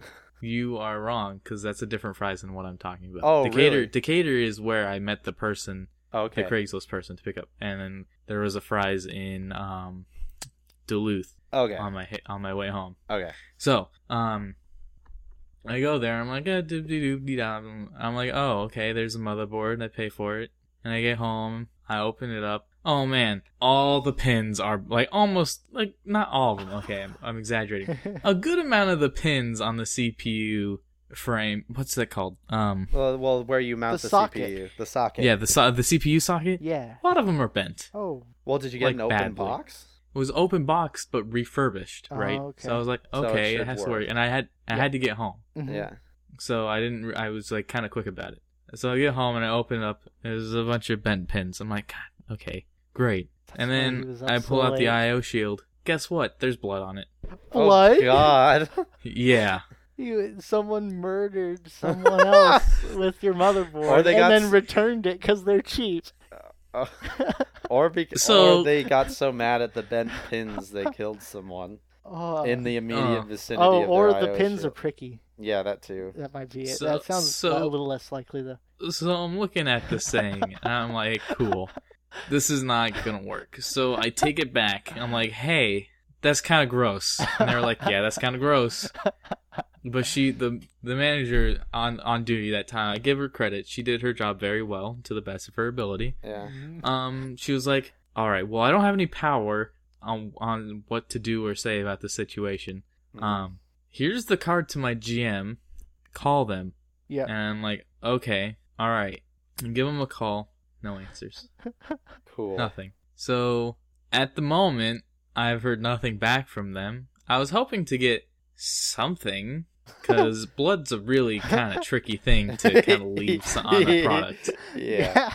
S3: You are wrong because that's a different Fry's than what I'm talking about.
S1: Oh,
S3: Decatur,
S1: really?
S3: Decatur is where I met the person,
S1: Okay.
S3: the Craigslist person to pick up. And then there was a Fry's in um, Duluth.
S1: Okay.
S3: on my on my way home.
S1: okay.
S3: So, um, I go there. I'm like, uh, doo doo doo dee dum. I'm like, oh, okay. There's a motherboard. I pay for it, and I get home. I open it up. Oh man, all the pins are like almost like not all of them. Okay, I'm, I'm exaggerating. A good amount of the pins on the CPU frame. What's that called? Um,
S1: Well, well, where you mount
S2: The
S1: the,
S2: socket.
S1: CPU, the socket.
S3: yeah, the so- the CPU socket.
S2: yeah.
S3: A lot of them are bent.
S2: Oh,
S1: Well, did you get
S3: Like
S1: an open
S3: badly.
S1: box?
S3: It was open box but refurbished,
S2: Oh,
S3: right?
S2: okay.
S3: So I was like,
S1: So it
S3: okay, it,
S1: should
S3: has to
S1: work.
S3: work. And I had I
S2: Yeah.
S3: had to get home.
S2: mhm.
S1: Yeah.
S3: so I didn't. re- I was like kind of quick about it. So I get home and I open it up. There's a bunch of bent pins. I'm like, God, okay, great.
S2: That's
S3: and
S2: why he
S3: then
S2: was up
S3: I
S2: so
S3: pull out the
S2: late.
S3: IO shield. Guess what? There's blood on it.
S2: Blood?
S1: Oh, God.
S3: Yeah,
S2: You, someone murdered someone else with your motherboard
S1: Or they
S2: and
S1: got
S2: then
S1: s-
S2: returned it because they're cheap.
S1: Oh, or because
S3: So-
S1: or they got so mad at the bent pins they killed someone
S2: oh,
S1: in the immediate
S3: Uh.
S1: vicinity
S2: oh
S1: of
S2: or
S1: their
S2: the
S1: IO
S2: pins are
S1: shield.
S2: pricky.
S1: Yeah, that too.
S2: That might be it.
S3: So-
S2: that sounds
S3: so-
S2: a little less likely, though.
S3: so I'm looking at this thing and I'm like, cool, this is not gonna work. So I take it back. I'm like, hey, that's kind of gross. And they're like, yeah, that's kind of gross. But she, the the manager on on duty that time, I give her credit. She did her job very well to the best of her ability.
S1: Yeah.
S2: Mm-hmm.
S3: Um, she was like, "All right, well, I don't have any power on on what to do or say about the situation.
S1: Mm,
S3: Um, here's the card to my GM. Call them."
S2: Yeah.
S3: And I'm like, "Okay, all right." And give them a call. No answers.
S1: cool.
S3: Nothing. So at the moment, I've heard nothing back from them. I was hoping to get something because blood's a really kind of tricky thing to kind of leave on a product.
S1: Yeah.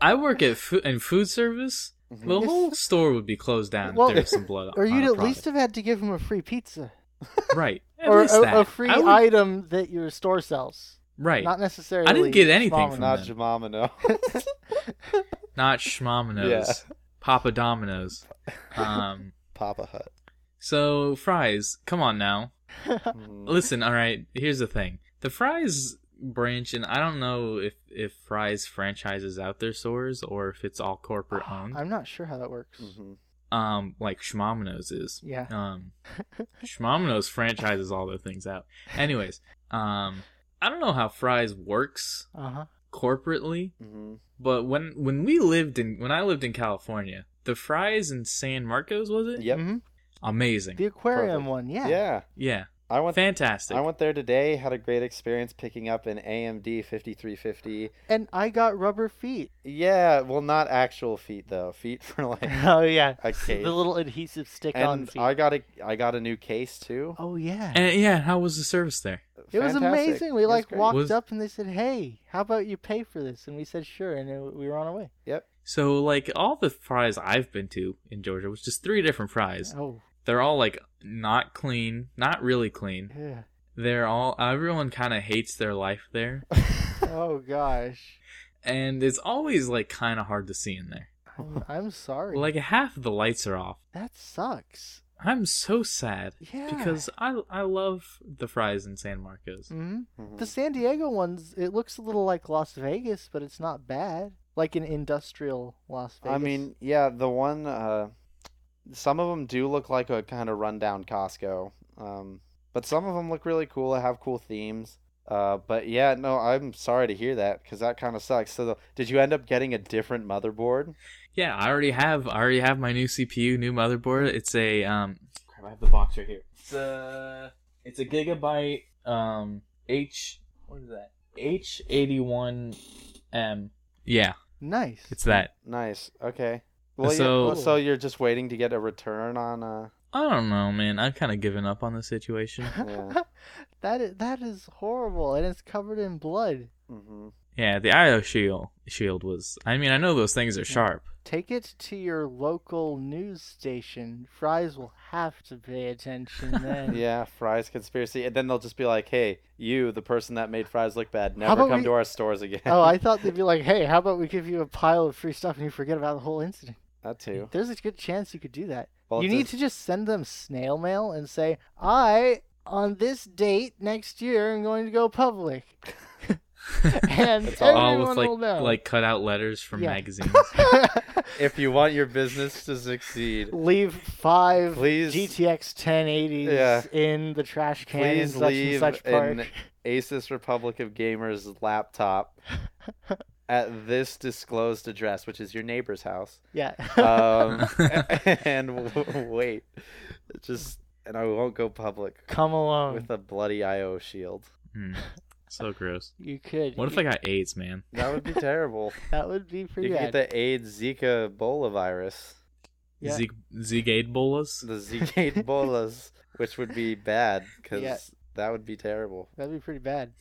S3: I work at fo- in food service.
S1: Mhm.
S3: The
S2: Yes.
S3: whole store would be closed down
S2: Well,
S3: if there was some blood.
S2: or
S3: on
S2: you'd
S3: a
S2: at least
S3: product.
S2: have had to give him a free pizza
S3: right, at
S2: or
S3: least that.
S2: a, a free
S3: I would-
S2: item that your store sells.
S3: right, not,
S2: Not necessarily.
S3: get anything
S2: small
S3: from
S2: enough.
S1: Not
S3: them.
S1: Jemimano.
S3: Schmomino's,
S1: Yeah.
S3: Papa Domino's. Um,
S1: Papa Hut.
S3: so fries, come on now.
S1: Mhm.
S3: Listen, all right. Here's the thing: the fries branch, and I don't know if if fries franchises out their stores or if it's all corporate owned.
S2: I'm not sure how that works.
S1: Mhm.
S3: Um, like Schmomino's is.
S2: Yeah.
S3: Um, Schmomino's franchises all their things out. Anyways, um, I don't know how fries works
S2: Uh huh.
S3: corporately,
S1: Mhm.
S3: but when when we lived in when I lived in California, the fries in San Marcos was it?
S1: Yep.
S3: Amazing.
S2: The aquarium
S1: Perfect.
S2: one, Mm-hmm. yeah.
S1: Yeah.
S3: yeah.
S1: I went
S3: Fantastic.
S1: I went there today, had a great experience picking up an AMD 5350.
S2: And I got rubber feet.
S1: Yeah, well not actual feet though. Feet for like
S2: oh yeah.
S1: A
S2: S-
S1: case.
S2: The little adhesive stick on
S1: And
S2: feet.
S1: I got a I got a new case too.
S2: Oh yeah.
S3: and yeah, how was the service there?
S2: Oh, it was
S1: Fantastic.
S2: amazing. We
S1: It was
S2: like
S1: great.
S2: walked
S3: Was-
S2: up and they said, "Hey, how about you pay for this?" And we said, "Sure." And it, we were on our way.
S3: So like all the fries I've been to in Georgia, which is three different fries,
S2: Oh
S3: they're all like not clean, not really clean.
S2: yeah.
S3: They're all everyone kind of hates their life there,
S2: Oh gosh.
S3: and it's always like kind of hard to see in there.
S2: I'm, I'm sorry.
S3: Oh. Like half of the lights are off.
S2: that sucks.
S3: I'm so sad
S2: Yeah.
S3: because I I love the fries in San Marcos.
S2: Mhm.
S1: Mhm.
S2: the San Diego ones, it looks a little like Las Vegas, but it's not bad. Like an industrial Las Vegas.
S1: Mm-hmm. I mean, yeah, the one uh some of them do look like a kind of rundown Costco. Um but some of them look really cool, have cool themes. Uh but yeah, no, I'm sorry to hear that cuz that kind of sucks. So the, did you end up getting a different motherboard?
S3: Yeah, I already have. I already have my new CPU, new motherboard. It's a um. Crap, I have the box right here. It's a it's a gigabyte um H. What is that? H eighty one M. Yeah,
S2: nice.
S3: it's that.
S1: Nice. Okay. Well,
S3: So-
S1: yeah, well, so you're just waiting to get a return on uh
S3: I don't know, man. I've kind of given up on the situation.
S1: Yeah.
S2: that is that is horrible, and it's covered in blood.
S1: mhm.
S3: Yeah, the IO shield shield was. I mean, I know those things are sharp.
S2: Take it to your local news station. Fries will have to pay attention then.
S1: Yeah, fries conspiracy, and then they'll just be like, "Hey, you, the person that made fries look bad,
S2: How
S1: never
S2: about
S1: come
S2: we-
S1: to our stores again."
S2: Oh, I thought they'd be like, "Hey, how about we give you a pile of free stuff and you forget about the whole incident?"
S1: that too.
S2: There's a good chance you could do that.
S1: Well,
S2: you
S1: it's
S2: need
S1: just-
S2: to just send them snail mail and say, I, on this date next year, am going to go public. and
S1: It's all
S2: everyone
S3: All with like
S2: will know.
S3: like cut out letters from
S2: Yeah.
S3: magazines.
S1: if you want your business to succeed,
S2: leave five
S1: Please-
S2: GTX 1080s
S1: Yeah.
S2: in the trash can in
S1: please
S2: such
S1: leave
S2: and such park.
S1: an Asus Republic of Gamers laptop at this disclosed address, which is your neighbor's house.
S2: yeah.
S1: Um, and w- wait, just and I won't go public
S2: Come along.
S1: with a bloody IO shield.
S3: Hmm. So gross.
S2: you could.
S3: What if I got AIDS, man?
S1: That would be terrible.
S2: that would be
S1: you
S2: pretty
S1: could get
S2: bad.
S1: the AIDS Zika Ebola virus,
S2: Yeah.
S3: Zig Zigade bolas?
S1: the Zika Ebolas, which would be bad because
S2: Yeah.
S1: that would be terrible.
S2: That'd be pretty bad.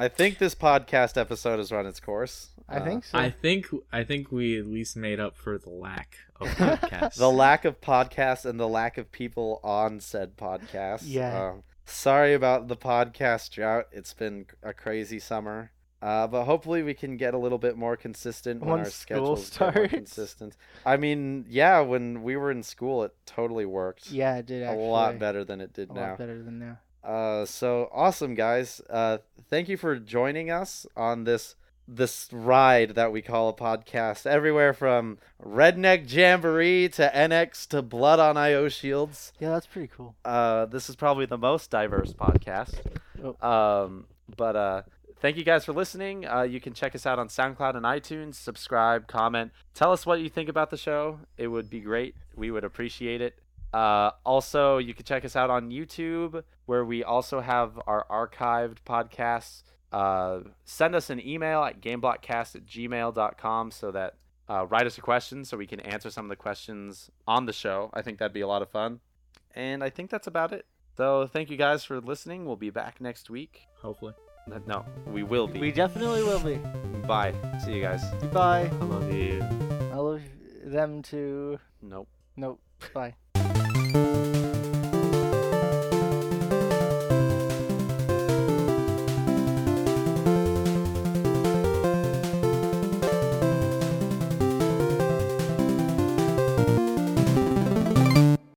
S1: I think this podcast episode has run its course.
S2: I
S1: Uh,
S2: think so.
S3: I think I think we at least made up for the lack of podcasts.
S1: the lack of podcasts and the lack of people on said podcast.
S2: Yeah.
S1: Uh, sorry about the podcast drought. It's been a crazy summer. Uh, but hopefully we can get a little bit more consistent when
S2: Once
S1: our
S2: school
S1: schedules get more
S2: starts.
S1: consistent. I mean, yeah, when we were in school, it totally worked.
S2: yeah, it did
S1: a
S2: actually.
S1: lot better than it did
S2: A
S1: now.
S2: lot better than now.
S1: Uh, so awesome, guys! Uh, thank you for joining us on this this ride that we call a podcast. Everywhere from Redneck Jamboree to NX to Blood on IO Shields.
S2: Yeah, that's pretty cool.
S1: Uh, this is probably the most diverse podcast.
S2: Oh.
S1: Um,
S4: But uh, thank you guys for listening. Uh, you can check us out on SoundCloud and iTunes. Subscribe, comment, tell us what you think about the show. It would be great. We would appreciate it. Uh, also, you can check us out on YouTube, where we also have our archived podcasts. Uh, send us an email at gameblockcast at gmail.com so that uh, write us a question so we can answer some of the questions on the show. I think that'd be a lot of fun. And I think that's about it. So thank you guys for listening. We'll be back next week.
S3: Hopefully.
S4: No, we will be.
S2: We definitely will be.
S4: Bye. See you guys.
S2: Goodbye.
S3: I love you.
S2: I love them too.
S4: Nope.
S2: Nope. Bye.